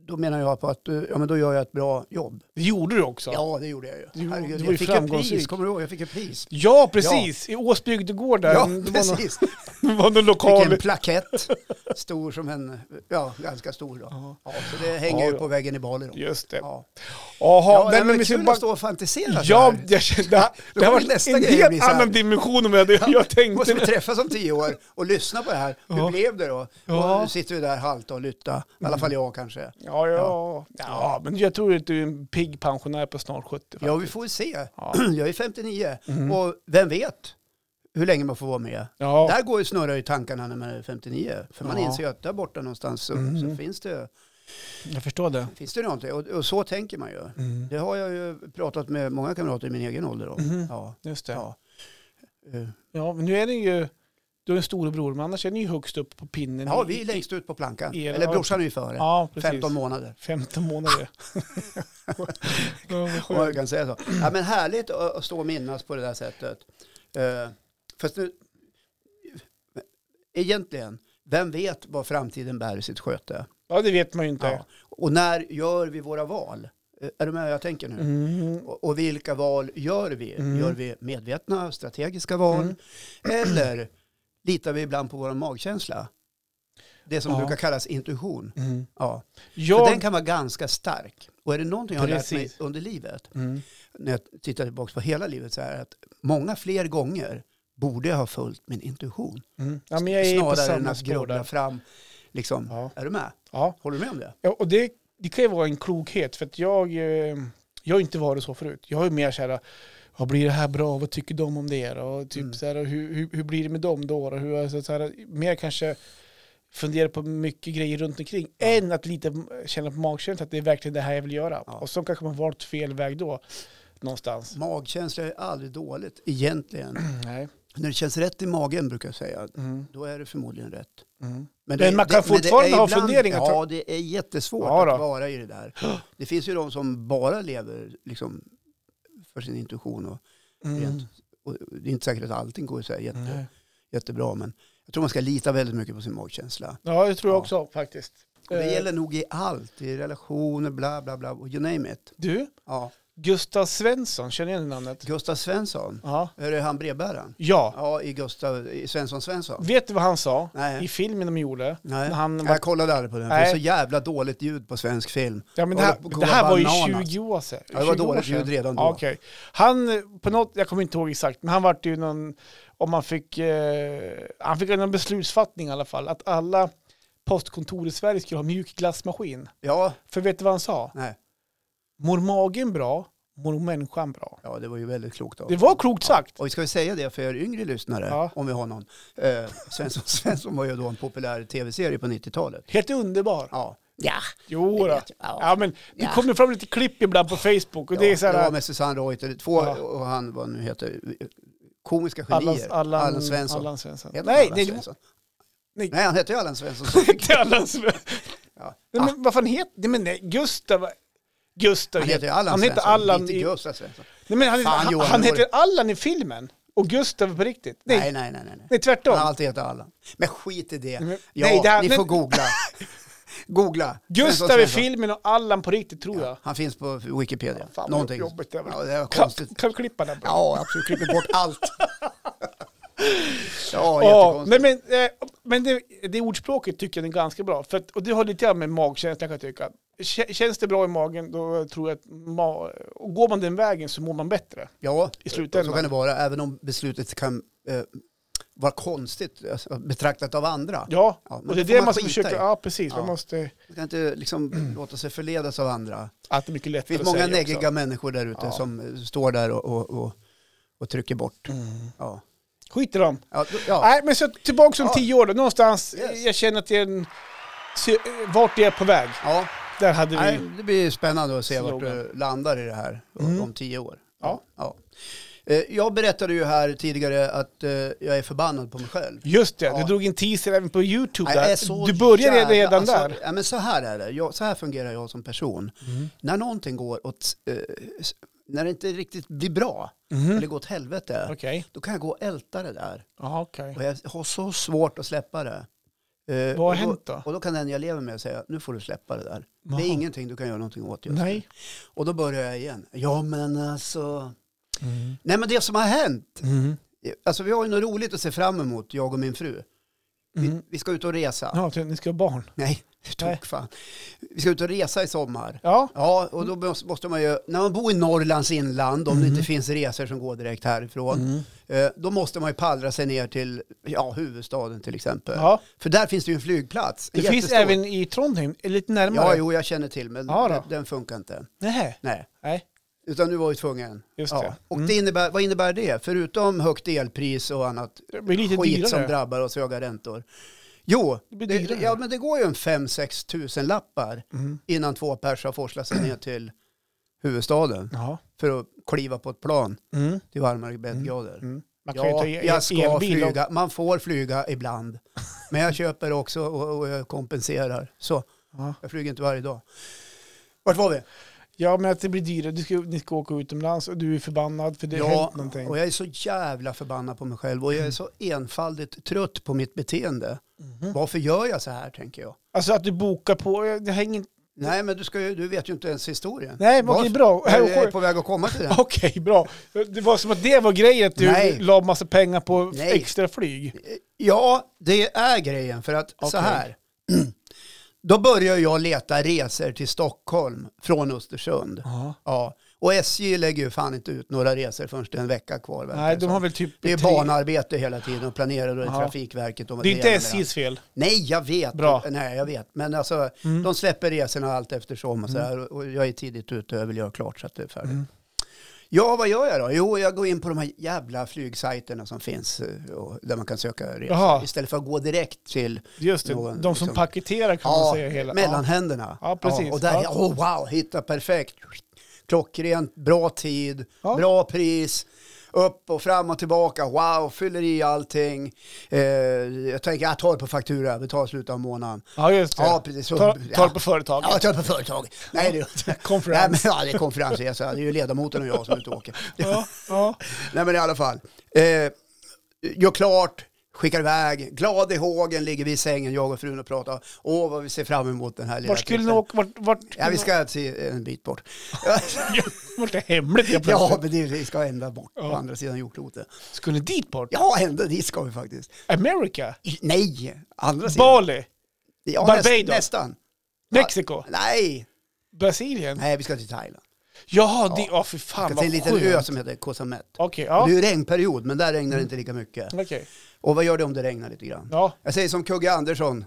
[SPEAKER 1] då menar jag på att eh, ja, men då gör jag ett bra jobb.
[SPEAKER 2] Det gjorde du också?
[SPEAKER 1] Ja, det gjorde jag ju.
[SPEAKER 2] Du-
[SPEAKER 1] Herregud,
[SPEAKER 2] du var ju
[SPEAKER 1] jag fick ett pris,
[SPEAKER 2] framgångsrik.
[SPEAKER 1] kommer du ihåg? Jag fick ett pris.
[SPEAKER 2] Ja, precis! I Åsbygdegård
[SPEAKER 1] Ja,
[SPEAKER 2] där. det, var någon,
[SPEAKER 1] precis.
[SPEAKER 2] det var någon
[SPEAKER 1] Fick
[SPEAKER 2] lokal...
[SPEAKER 1] en plakett, stor som en, ja, ganska stor då.
[SPEAKER 2] Ja,
[SPEAKER 1] Ja, så det hänger
[SPEAKER 2] Ja,
[SPEAKER 1] ju
[SPEAKER 2] då.
[SPEAKER 1] på väggen i Bali då.
[SPEAKER 2] Just det. Jaha,
[SPEAKER 1] Ja, ja
[SPEAKER 2] ja,
[SPEAKER 1] nej, men
[SPEAKER 2] vi
[SPEAKER 1] det
[SPEAKER 2] ska
[SPEAKER 1] kul
[SPEAKER 2] bara...
[SPEAKER 1] att stå och fantisera så
[SPEAKER 2] Ja,
[SPEAKER 1] här.
[SPEAKER 2] jag kände, det här,
[SPEAKER 1] Då
[SPEAKER 2] det här
[SPEAKER 1] kommer
[SPEAKER 2] var
[SPEAKER 1] nästa
[SPEAKER 2] en
[SPEAKER 1] grej bli
[SPEAKER 2] helt
[SPEAKER 1] så här.
[SPEAKER 2] annan dimension om jag hade, jag tänkte.
[SPEAKER 1] måste vi träffas om tio år och lyssna på det här. Hur
[SPEAKER 2] Ja.
[SPEAKER 1] blev det då?
[SPEAKER 2] Ja.
[SPEAKER 1] Och nu sitter vi där halta och lytta. I alla fall jag kanske.
[SPEAKER 2] Ja, ja, ja. men jag tror att du är en pigg pensionär på snart 70.
[SPEAKER 1] Ja, vi får väl se.
[SPEAKER 2] Ja. Mm.
[SPEAKER 1] Jag är 59 och vem vet hur länge man får vara med.
[SPEAKER 2] Ja.
[SPEAKER 1] Där går ju snurrar ju tankarna när man är 59. För man
[SPEAKER 2] Ja. Mm.
[SPEAKER 1] inser ju att där borta någonstans så, så finns, det,
[SPEAKER 2] Jag förstår det.
[SPEAKER 1] finns det någonting. Och, och så tänker man ju.
[SPEAKER 2] Mm.
[SPEAKER 1] Det har jag ju pratat med många kamrater i min egen ålder om.
[SPEAKER 2] Mhm.
[SPEAKER 1] Ja.
[SPEAKER 2] Just det. Ja.
[SPEAKER 1] Ja. Eh,
[SPEAKER 2] men nu är det ju... Du är en storebror, men annars är ni ju högst upp på pinnen.
[SPEAKER 1] ja,
[SPEAKER 2] i-
[SPEAKER 1] vi är
[SPEAKER 2] i-
[SPEAKER 1] längst ut på plankan.
[SPEAKER 2] i-
[SPEAKER 1] Eller
[SPEAKER 2] ja.
[SPEAKER 1] brorsan är ju före.
[SPEAKER 2] Ja, precis.
[SPEAKER 1] 15 månader.
[SPEAKER 2] 15 månader. Ja, vad
[SPEAKER 1] Om jag
[SPEAKER 2] skönt.
[SPEAKER 1] kan säga så. Ja, men härligt att att stå och minnas på det där sättet. Eh, fast nu, egentligen, vem vet vad framtiden bär i sitt sköte?
[SPEAKER 2] ja, det vet man ju inte.
[SPEAKER 1] Ja. Och när gör vi våra val? Eh, Är du med vad jag tänker nu?
[SPEAKER 2] Mm.
[SPEAKER 1] Och, och vilka val gör vi?
[SPEAKER 2] Mm.
[SPEAKER 1] Gör vi medvetna, strategiska val?
[SPEAKER 2] Mm.
[SPEAKER 1] Eller litar vi ibland på vår magkänsla? Det som
[SPEAKER 2] Ja.
[SPEAKER 1] brukar kallas intuition.
[SPEAKER 2] Mm.
[SPEAKER 1] Ja. För
[SPEAKER 2] Jag...
[SPEAKER 1] den kan vara ganska stark. Och är det någonting jag har lärt mig
[SPEAKER 2] Precis.
[SPEAKER 1] under livet
[SPEAKER 2] Mm.
[SPEAKER 1] när jag tittar tillbaka på hela livet så här att många fler gånger borde jag ha följt min intuition.
[SPEAKER 2] Mm. Ja, men jag är på
[SPEAKER 1] snarare än
[SPEAKER 2] samma
[SPEAKER 1] att
[SPEAKER 2] spår
[SPEAKER 1] grubbla
[SPEAKER 2] där.
[SPEAKER 1] fram. Liksom,
[SPEAKER 2] Ja.
[SPEAKER 1] Är du med?
[SPEAKER 2] Ja.
[SPEAKER 1] Håller du med om det?
[SPEAKER 2] Ja, och det, det kan ju vara en klokhet för att jag, eh, jag har inte varit så förut. Jag är mer så här, vad blir det här bra, vad tycker de om det? då? Och typ
[SPEAKER 1] Mm.
[SPEAKER 2] så här, och hur, hur, hur blir det med dem då? Och hur, alltså, så här, mer kanske fundera på mycket grejer runt omkring än att lite känna på magkänslan att det är verkligen det här jag vill göra.
[SPEAKER 1] Ja.
[SPEAKER 2] Och så kanske man valt fel väg då någonstans.
[SPEAKER 1] Magkänsla är aldrig dåligt egentligen.
[SPEAKER 2] Nej.
[SPEAKER 1] När det känns rätt i magen brukar jag säga,
[SPEAKER 2] Mm.
[SPEAKER 1] då är det förmodligen rätt.
[SPEAKER 2] Mm.
[SPEAKER 1] Men,
[SPEAKER 2] Men man kan
[SPEAKER 1] det är
[SPEAKER 2] fortfarande ha
[SPEAKER 1] ibland-
[SPEAKER 2] funderingar, tror-
[SPEAKER 1] Ja, det är jättesvårt
[SPEAKER 2] Ja, då.
[SPEAKER 1] att vara i det där. Det finns ju de som bara lever liksom, för sin intuition. Och,
[SPEAKER 2] Mm.
[SPEAKER 1] rent, och det är inte säkert att allting går så här jätte,
[SPEAKER 2] Nej.
[SPEAKER 1] jättebra, men jag tror man ska lita väldigt mycket på sin magkänsla.
[SPEAKER 2] Ja, det tror jag
[SPEAKER 1] Ja.
[SPEAKER 2] också faktiskt.
[SPEAKER 1] Och det
[SPEAKER 2] Eh,
[SPEAKER 1] gäller nog i allt, i relationer, bla bla bla, och you name it.
[SPEAKER 2] Du,
[SPEAKER 1] Ja.
[SPEAKER 2] Gustav Svensson, känner du igen namnet?
[SPEAKER 1] Gustav Svensson,
[SPEAKER 2] Ja.
[SPEAKER 1] är det han brevbäraren?
[SPEAKER 2] ja.
[SPEAKER 1] Ja, i Gustav, i Svensson Svensson.
[SPEAKER 2] Vet du vad han sa i
[SPEAKER 1] Nej,
[SPEAKER 2] filmen de gjorde?
[SPEAKER 1] nej.
[SPEAKER 2] När han var,
[SPEAKER 1] jag kollade aldrig på den, för det
[SPEAKER 2] Nej.
[SPEAKER 1] är så jävla dåligt ljud på svensk film.
[SPEAKER 2] ja, men det, här,
[SPEAKER 1] Kolla på
[SPEAKER 2] det här var ju
[SPEAKER 1] bananas.
[SPEAKER 2] 20 år sedan.
[SPEAKER 1] Ja, det var
[SPEAKER 2] 20 år
[SPEAKER 1] dåligt
[SPEAKER 2] sedan.
[SPEAKER 1] ljud redan då.
[SPEAKER 2] Ja, okej. Han, eh, på något, jag kommer inte ihåg exakt, men han vart ju någon, om man fick, eh, han fick en beslutsfattning i alla fall, att alla postkontor i Sverige skulle ha mjuk glassmaskin.
[SPEAKER 1] Ja,
[SPEAKER 2] För vet du vad han sa?
[SPEAKER 1] nej.
[SPEAKER 2] Mår magen bra, mår människan bra.
[SPEAKER 1] ja, det var ju väldigt klokt av
[SPEAKER 2] Det var klokt sagt.
[SPEAKER 1] Och vi ska ju säga det för er yngre lyssnare,
[SPEAKER 2] Ja.
[SPEAKER 1] om vi har någon. Eh, Svensson Svensson var ju då en populär tv-serie på 90-talet.
[SPEAKER 2] Helt underbar.
[SPEAKER 1] Ja. Ja,
[SPEAKER 2] Jo,
[SPEAKER 1] det
[SPEAKER 2] då.
[SPEAKER 1] vet jag.
[SPEAKER 2] Ja, men det
[SPEAKER 1] Ja.
[SPEAKER 2] kommer fram lite klipp ibland på Facebook och det är så
[SPEAKER 1] det var
[SPEAKER 2] här,
[SPEAKER 1] med Susanne Reuter, två,
[SPEAKER 2] Ja.
[SPEAKER 1] och han, vad nu heter, komiska genier.
[SPEAKER 2] Allan, Allan,
[SPEAKER 1] Allan Svensson.
[SPEAKER 2] Allan Svensson.
[SPEAKER 1] Heter
[SPEAKER 2] Nej,
[SPEAKER 1] han Allan
[SPEAKER 2] nej, det-
[SPEAKER 1] Svensson?
[SPEAKER 2] nej.
[SPEAKER 1] Nej. han heter ju Allan Svensson.
[SPEAKER 2] inte Allan Svensson.
[SPEAKER 1] Ja. Ah.
[SPEAKER 2] Nej, men vad fan heter... Nej, men nej, Gustav... Gustav
[SPEAKER 1] Han heter ju Allan
[SPEAKER 2] han heter
[SPEAKER 1] Svensson,
[SPEAKER 2] Allan
[SPEAKER 1] inte
[SPEAKER 2] i,
[SPEAKER 1] Gustav Svensson.
[SPEAKER 2] nej, men han,
[SPEAKER 1] Fan,
[SPEAKER 2] han,
[SPEAKER 1] Johan,
[SPEAKER 2] han
[SPEAKER 1] nu var
[SPEAKER 2] heter Allan i filmen och Gustav på riktigt. Nej, nej,
[SPEAKER 1] Nej, nej, nej. nej.
[SPEAKER 2] tvärtom.
[SPEAKER 1] Han har alltid hetat Allan. Men skit i det.
[SPEAKER 2] men-
[SPEAKER 1] ja,
[SPEAKER 2] nej, det här-
[SPEAKER 1] ni
[SPEAKER 2] men-
[SPEAKER 1] får googla. googla.
[SPEAKER 2] Gustav
[SPEAKER 1] Svensson,
[SPEAKER 2] i
[SPEAKER 1] Svensson.
[SPEAKER 2] filmen och Allan på riktigt, tror jag.
[SPEAKER 1] Han finns på Wikipedia.
[SPEAKER 2] Fan, vad
[SPEAKER 1] Någonting.
[SPEAKER 2] jobbigt det var.
[SPEAKER 1] Ja, det var
[SPEAKER 2] Kan,
[SPEAKER 1] konstigt.
[SPEAKER 2] kan vi klippa den? bra?
[SPEAKER 1] Ja, absolut. Klipper bort allt. ja,
[SPEAKER 2] Ja,
[SPEAKER 1] jättekonstigt.
[SPEAKER 2] nej, men eh, men det, det ordspråket tycker jag är ganska bra. För att, och det har lite grann med magkänslan kan jag tycka. Kä- Känns det bra i magen då tror jag att ma- och går man den vägen så mår man bättre.
[SPEAKER 1] Ja,
[SPEAKER 2] i
[SPEAKER 1] så
[SPEAKER 2] slutändan.
[SPEAKER 1] kan det vara. Även om beslutet kan eh, vara konstigt alltså, betraktat av andra.
[SPEAKER 2] Ja,
[SPEAKER 1] Ja, men
[SPEAKER 2] och
[SPEAKER 1] det
[SPEAKER 2] det är
[SPEAKER 1] får
[SPEAKER 2] det
[SPEAKER 1] man
[SPEAKER 2] man ska
[SPEAKER 1] skita
[SPEAKER 2] försöka...
[SPEAKER 1] i.
[SPEAKER 2] Ja, precis. Man
[SPEAKER 1] Ja.
[SPEAKER 2] måste...
[SPEAKER 1] Man kan inte liksom låta sig förledas av andra.
[SPEAKER 2] Att det är mycket
[SPEAKER 1] Det
[SPEAKER 2] lättare
[SPEAKER 1] finns många
[SPEAKER 2] att säga också.
[SPEAKER 1] neggiga människor där ute
[SPEAKER 2] Ja.
[SPEAKER 1] som eh, står där och, och, och, och trycker bort. Ja.
[SPEAKER 2] Skit i dem.
[SPEAKER 1] Ja, då- ja.
[SPEAKER 2] Mm. Nej, men så tillbaka om
[SPEAKER 1] Ja.
[SPEAKER 2] tio år då. Någonstans,
[SPEAKER 1] Yes.
[SPEAKER 2] jag känner att det är en... se- Vart är jag på väg?
[SPEAKER 1] Ja.
[SPEAKER 2] Där hade vi...
[SPEAKER 1] Nej, det blir spännande att se vart
[SPEAKER 2] Slogan.
[SPEAKER 1] du landar i det här om-
[SPEAKER 2] Mm.
[SPEAKER 1] om tio år.
[SPEAKER 2] Ja.
[SPEAKER 1] ja. Eh, Jag berättade ju här tidigare att eh, jag är förbannad på mig själv.
[SPEAKER 2] Just det,
[SPEAKER 1] Ja.
[SPEAKER 2] du drog in teaser även på YouTube
[SPEAKER 1] Jag är
[SPEAKER 2] där.
[SPEAKER 1] så
[SPEAKER 2] Du började
[SPEAKER 1] jävla-
[SPEAKER 2] redan
[SPEAKER 1] alltså,
[SPEAKER 2] där. Mm.
[SPEAKER 1] Ja, men så här är det. Jag, så här fungerar jag som person. När någonting går åt... eh, s- när det inte riktigt blir bra,
[SPEAKER 2] Mhm.
[SPEAKER 1] eller går åt helvete,
[SPEAKER 2] Okej.
[SPEAKER 1] då kan jag gå och älta det där.
[SPEAKER 2] Jaha, okej.
[SPEAKER 1] Och jag har så svårt att släppa det. Eh,
[SPEAKER 2] Vad har
[SPEAKER 1] och
[SPEAKER 2] hänt då?
[SPEAKER 1] Och då kan den jag lever med säga, nu får du släppa det där.
[SPEAKER 2] Jaha.
[SPEAKER 1] Det är ingenting du kan göra någonting åt just
[SPEAKER 2] Nej.
[SPEAKER 1] Och då börjar jag igen. Ja men alltså. Nej men det som har hänt.
[SPEAKER 2] Mhm.
[SPEAKER 1] Alltså vi har ju något roligt att se fram emot, jag och min fru. Vi,
[SPEAKER 2] Mhm.
[SPEAKER 1] vi ska ut och resa.
[SPEAKER 2] Ja, ni ska ha barn.
[SPEAKER 1] Nej, tok fan. Vi ska ut och resa i sommar.
[SPEAKER 2] Ja.
[SPEAKER 1] Ja, och då måste- måste man ju, när man bor i Norrlands inland, om det
[SPEAKER 2] Mm.
[SPEAKER 1] inte finns resor som går direkt härifrån, eh, då måste man ju pallra sig ner till ja, huvudstaden till exempel.
[SPEAKER 2] ja.
[SPEAKER 1] För där finns det ju en flygplats.
[SPEAKER 2] Det
[SPEAKER 1] en
[SPEAKER 2] finns
[SPEAKER 1] jättestor.
[SPEAKER 2] även i Trondheim, eller lite närmare.
[SPEAKER 1] Ja, jo, jag känner till, men
[SPEAKER 2] Ja då.
[SPEAKER 1] den, den funkar inte.
[SPEAKER 2] Nej.
[SPEAKER 1] Nej.
[SPEAKER 2] Nej.
[SPEAKER 1] Utan nu var ju tvungen.
[SPEAKER 2] Just det.
[SPEAKER 1] Och
[SPEAKER 2] Mm.
[SPEAKER 1] det innebär, vad innebär det? Förutom högt elpris och annat
[SPEAKER 2] Det blir lite
[SPEAKER 1] skit
[SPEAKER 2] dyrare.
[SPEAKER 1] som drabbar oss, höga räntor. Jo,
[SPEAKER 2] Det blir
[SPEAKER 1] det,
[SPEAKER 2] dyrare. Mm.
[SPEAKER 1] ja, men det går ju en 5-6 tusen lappar innan två pers har forslat sig ner till huvudstaden
[SPEAKER 2] Ja.
[SPEAKER 1] för att kliva på ett plan
[SPEAKER 2] Mm.
[SPEAKER 1] till varmare breddgrader.
[SPEAKER 2] Mm. Man kan
[SPEAKER 1] Ja,
[SPEAKER 2] ju ta
[SPEAKER 1] jag
[SPEAKER 2] el-
[SPEAKER 1] ska
[SPEAKER 2] elbil. Och,
[SPEAKER 1] flyga. Man får flyga ibland. Men jag köper också och, och jag kompenserar. Så,
[SPEAKER 2] ja.
[SPEAKER 1] jag flyger inte varje dag. Vart var vi?
[SPEAKER 2] ja, men att det blir dyrare. Du ska, ni ska åka utomlands och du är förbannad för det har hänt någonting. Mm.
[SPEAKER 1] och jag är så jävla förbannad på mig själv och jag är så enfaldigt trött på mitt beteende.
[SPEAKER 2] Mhm.
[SPEAKER 1] Varför gör jag så här tänker jag?
[SPEAKER 2] Alltså att du bokar på, det hänger inte...
[SPEAKER 1] Nej, men du, ska ju, du vet ju inte ens historien.
[SPEAKER 2] Nej, men okej,
[SPEAKER 1] Varför-
[SPEAKER 2] bra.
[SPEAKER 1] Jag är på väg att komma till den.
[SPEAKER 2] Okej, bra. Det var som att det var grejen, att du
[SPEAKER 1] Nej.
[SPEAKER 2] la massa pengar på
[SPEAKER 1] Nej.
[SPEAKER 2] extra flyg.
[SPEAKER 1] Ja, det är grejen för att så
[SPEAKER 2] Okej.
[SPEAKER 1] här. Då börjar jag leta resor till Stockholm från Östersund.
[SPEAKER 2] Ja.
[SPEAKER 1] Ja. Och SJ lägger ju fan inte ut några resor förrän det är en vecka kvar. verkar
[SPEAKER 2] Nej,
[SPEAKER 1] det
[SPEAKER 2] de
[SPEAKER 1] som.
[SPEAKER 2] har väl typ...
[SPEAKER 1] det är
[SPEAKER 2] tre-
[SPEAKER 1] banarbete hela tiden och planerar och det är
[SPEAKER 2] Ja.
[SPEAKER 1] Trafikverket. Och
[SPEAKER 2] Det är inte
[SPEAKER 1] ena med andra.
[SPEAKER 2] SJs fel.
[SPEAKER 1] Nej, jag vet.
[SPEAKER 2] Bra. Mm.
[SPEAKER 1] Nej, jag vet. Men alltså, de släpper resorna allt eftersom och så här. Och jag är tidigt ute och jag vill göra klart så att det är färdigt.
[SPEAKER 2] Mm.
[SPEAKER 1] Ja, vad gör jag då? Jo, jag går in på de här jävla flygsajterna som finns eh, och, där man kan söka resor.
[SPEAKER 2] Jaha.
[SPEAKER 1] Istället för att gå direkt till
[SPEAKER 2] Just det,
[SPEAKER 1] Någon,
[SPEAKER 2] de som
[SPEAKER 1] liksom-
[SPEAKER 2] paketerar kan man
[SPEAKER 1] ja,
[SPEAKER 2] säga hela...
[SPEAKER 1] mellanhänderna.
[SPEAKER 2] Ja, precis.
[SPEAKER 1] och där,
[SPEAKER 2] Ja.
[SPEAKER 1] oh, wow, hitta perfekt. Klockrent, bra tid,
[SPEAKER 2] Ja.
[SPEAKER 1] bra pris. Upp och fram och tillbaka, wow, fyller i allting. Eh, jag tänker, jag tar det på faktura, betalar i slutet av månaden.
[SPEAKER 2] Ja, just det.
[SPEAKER 1] Ja, precis. Så-
[SPEAKER 2] Ta, ta
[SPEAKER 1] ja.
[SPEAKER 2] det på företaget.
[SPEAKER 1] Ja, jag tar på företag. Nej, det är
[SPEAKER 2] Konferens.
[SPEAKER 1] Nej, men, ja, det är konferensresa. Det är ju ledamoten och jag som är ute och åker.
[SPEAKER 2] Ja, ja.
[SPEAKER 1] Nej, men i alla fall. Eh, gör klart, skickar iväg. Glad i hågen ligger vi i sängen, jag och frun och pratar. Åh, vad vi ser fram emot den här lilla
[SPEAKER 2] Vart skulle ni
[SPEAKER 1] tiden.
[SPEAKER 2] åka? Vart, vart,
[SPEAKER 1] Ja, vi ska se en bit bort.
[SPEAKER 2] vart är hemligt helt plötsligt?
[SPEAKER 1] ja, men det, vi ska ända bort på andra sidan jordklotet.
[SPEAKER 2] Skulle ni dit bort?
[SPEAKER 1] Ja, ända dit ska vi faktiskt.
[SPEAKER 2] America?
[SPEAKER 1] I- Nej, andra sidan.
[SPEAKER 2] Bali?
[SPEAKER 1] ja,
[SPEAKER 2] Barbados.
[SPEAKER 1] nästan.
[SPEAKER 2] Mexiko?
[SPEAKER 1] Nej,
[SPEAKER 2] Brasilien?
[SPEAKER 1] nej, vi ska till Thailand.
[SPEAKER 2] Jaha, det... Ja, fy
[SPEAKER 1] Vi
[SPEAKER 2] fan
[SPEAKER 1] ska
[SPEAKER 2] vad
[SPEAKER 1] till en
[SPEAKER 2] skönt.
[SPEAKER 1] liten ö som heter Koh Samet.
[SPEAKER 2] Okej,
[SPEAKER 1] Och
[SPEAKER 2] ja.
[SPEAKER 1] Det är ju regnperiod, men där regnar det inte lika mycket.
[SPEAKER 2] Okej.
[SPEAKER 1] Och vad gör det om det regnar lite grann?
[SPEAKER 2] Ja. Mm-hmm.
[SPEAKER 1] Jag säger som Kugge Andersson,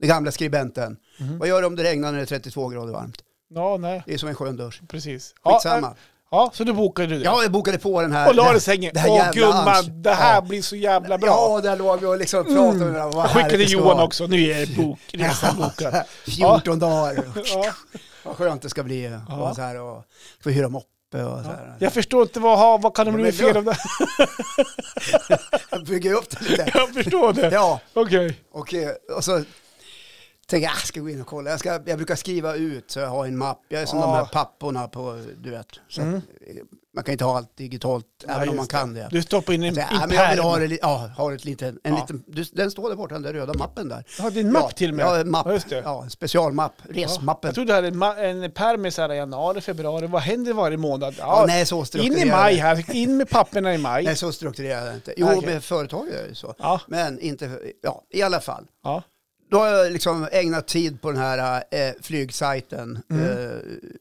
[SPEAKER 1] den gamla skribenten. Vad gör det om det regnar när det är 32 grader varmt?
[SPEAKER 2] Ja, nej.
[SPEAKER 1] Det är som en skön dusch.
[SPEAKER 2] Precis.
[SPEAKER 1] Skitsamma.
[SPEAKER 2] Ja, eh, ja, så då bokade du det.
[SPEAKER 1] Ja, jag bokade på den här.
[SPEAKER 2] och la dig i sängen.
[SPEAKER 1] det här
[SPEAKER 2] Åh
[SPEAKER 1] jävla
[SPEAKER 2] gumman,
[SPEAKER 1] ans-
[SPEAKER 2] det här
[SPEAKER 1] Ja.
[SPEAKER 2] blir så jävla bra.
[SPEAKER 1] Ja, där låg vi och liksom pratade med varandra. Vad
[SPEAKER 2] jag skickade
[SPEAKER 1] härligt det ska
[SPEAKER 2] Johan
[SPEAKER 1] vara.
[SPEAKER 2] också, nu är det bok, resan bokad.
[SPEAKER 1] 14 dagar.
[SPEAKER 2] Ja.
[SPEAKER 1] Vad skönt det ska bli. Och så här, och ska vi hyra moppe och så här.
[SPEAKER 2] Jag förstår inte, vad, har- vad kan det
[SPEAKER 1] Ja,
[SPEAKER 2] bli
[SPEAKER 1] men
[SPEAKER 2] fel
[SPEAKER 1] då-
[SPEAKER 2] om det?
[SPEAKER 1] Jag bygger upp det lite.
[SPEAKER 2] Jag förstår det.
[SPEAKER 1] Ja,
[SPEAKER 2] Okej.
[SPEAKER 1] Och, eh, och så tänker jag, ah, ska jag gå in och kolla. Jag, ska, jag brukar skriva ut så jag har en mapp. Jag är som
[SPEAKER 2] Ja. Mm.
[SPEAKER 1] de här papporna på, du vet. Så att, eh, man kan inte ha allt digitalt, även om man
[SPEAKER 2] just
[SPEAKER 1] kan det.
[SPEAKER 2] Du stoppar in en,
[SPEAKER 1] Så jag,
[SPEAKER 2] i
[SPEAKER 1] ah, men jag vill ha
[SPEAKER 2] pärm.
[SPEAKER 1] det, li- ja, har ett litet, en
[SPEAKER 2] Ja.
[SPEAKER 1] liten, du, den står där borta, den där röda mappen där.
[SPEAKER 2] Ja, det är en mapp
[SPEAKER 1] ja,
[SPEAKER 2] till och med.
[SPEAKER 1] Ja, en mapp.
[SPEAKER 2] Ja, just det.
[SPEAKER 1] Ja, en specialmapp, resmappen.
[SPEAKER 2] Jag trodde du hade en, ma- en pärm i så här januari, februari. Vad händer varje månad? Ja,
[SPEAKER 1] Ja, nej, så
[SPEAKER 2] in
[SPEAKER 1] strukturerad.
[SPEAKER 2] i maj här, in med papperna i maj.
[SPEAKER 1] Nej, så strukturerad är det inte. Jo,
[SPEAKER 2] Okej.
[SPEAKER 1] med företag är det ju så.
[SPEAKER 2] Ja.
[SPEAKER 1] Men inte, ja, i alla fall.
[SPEAKER 2] Ja.
[SPEAKER 1] Då har jag liksom ägnat tid på den här eh, flygsajten
[SPEAKER 2] Mm.
[SPEAKER 1] eh,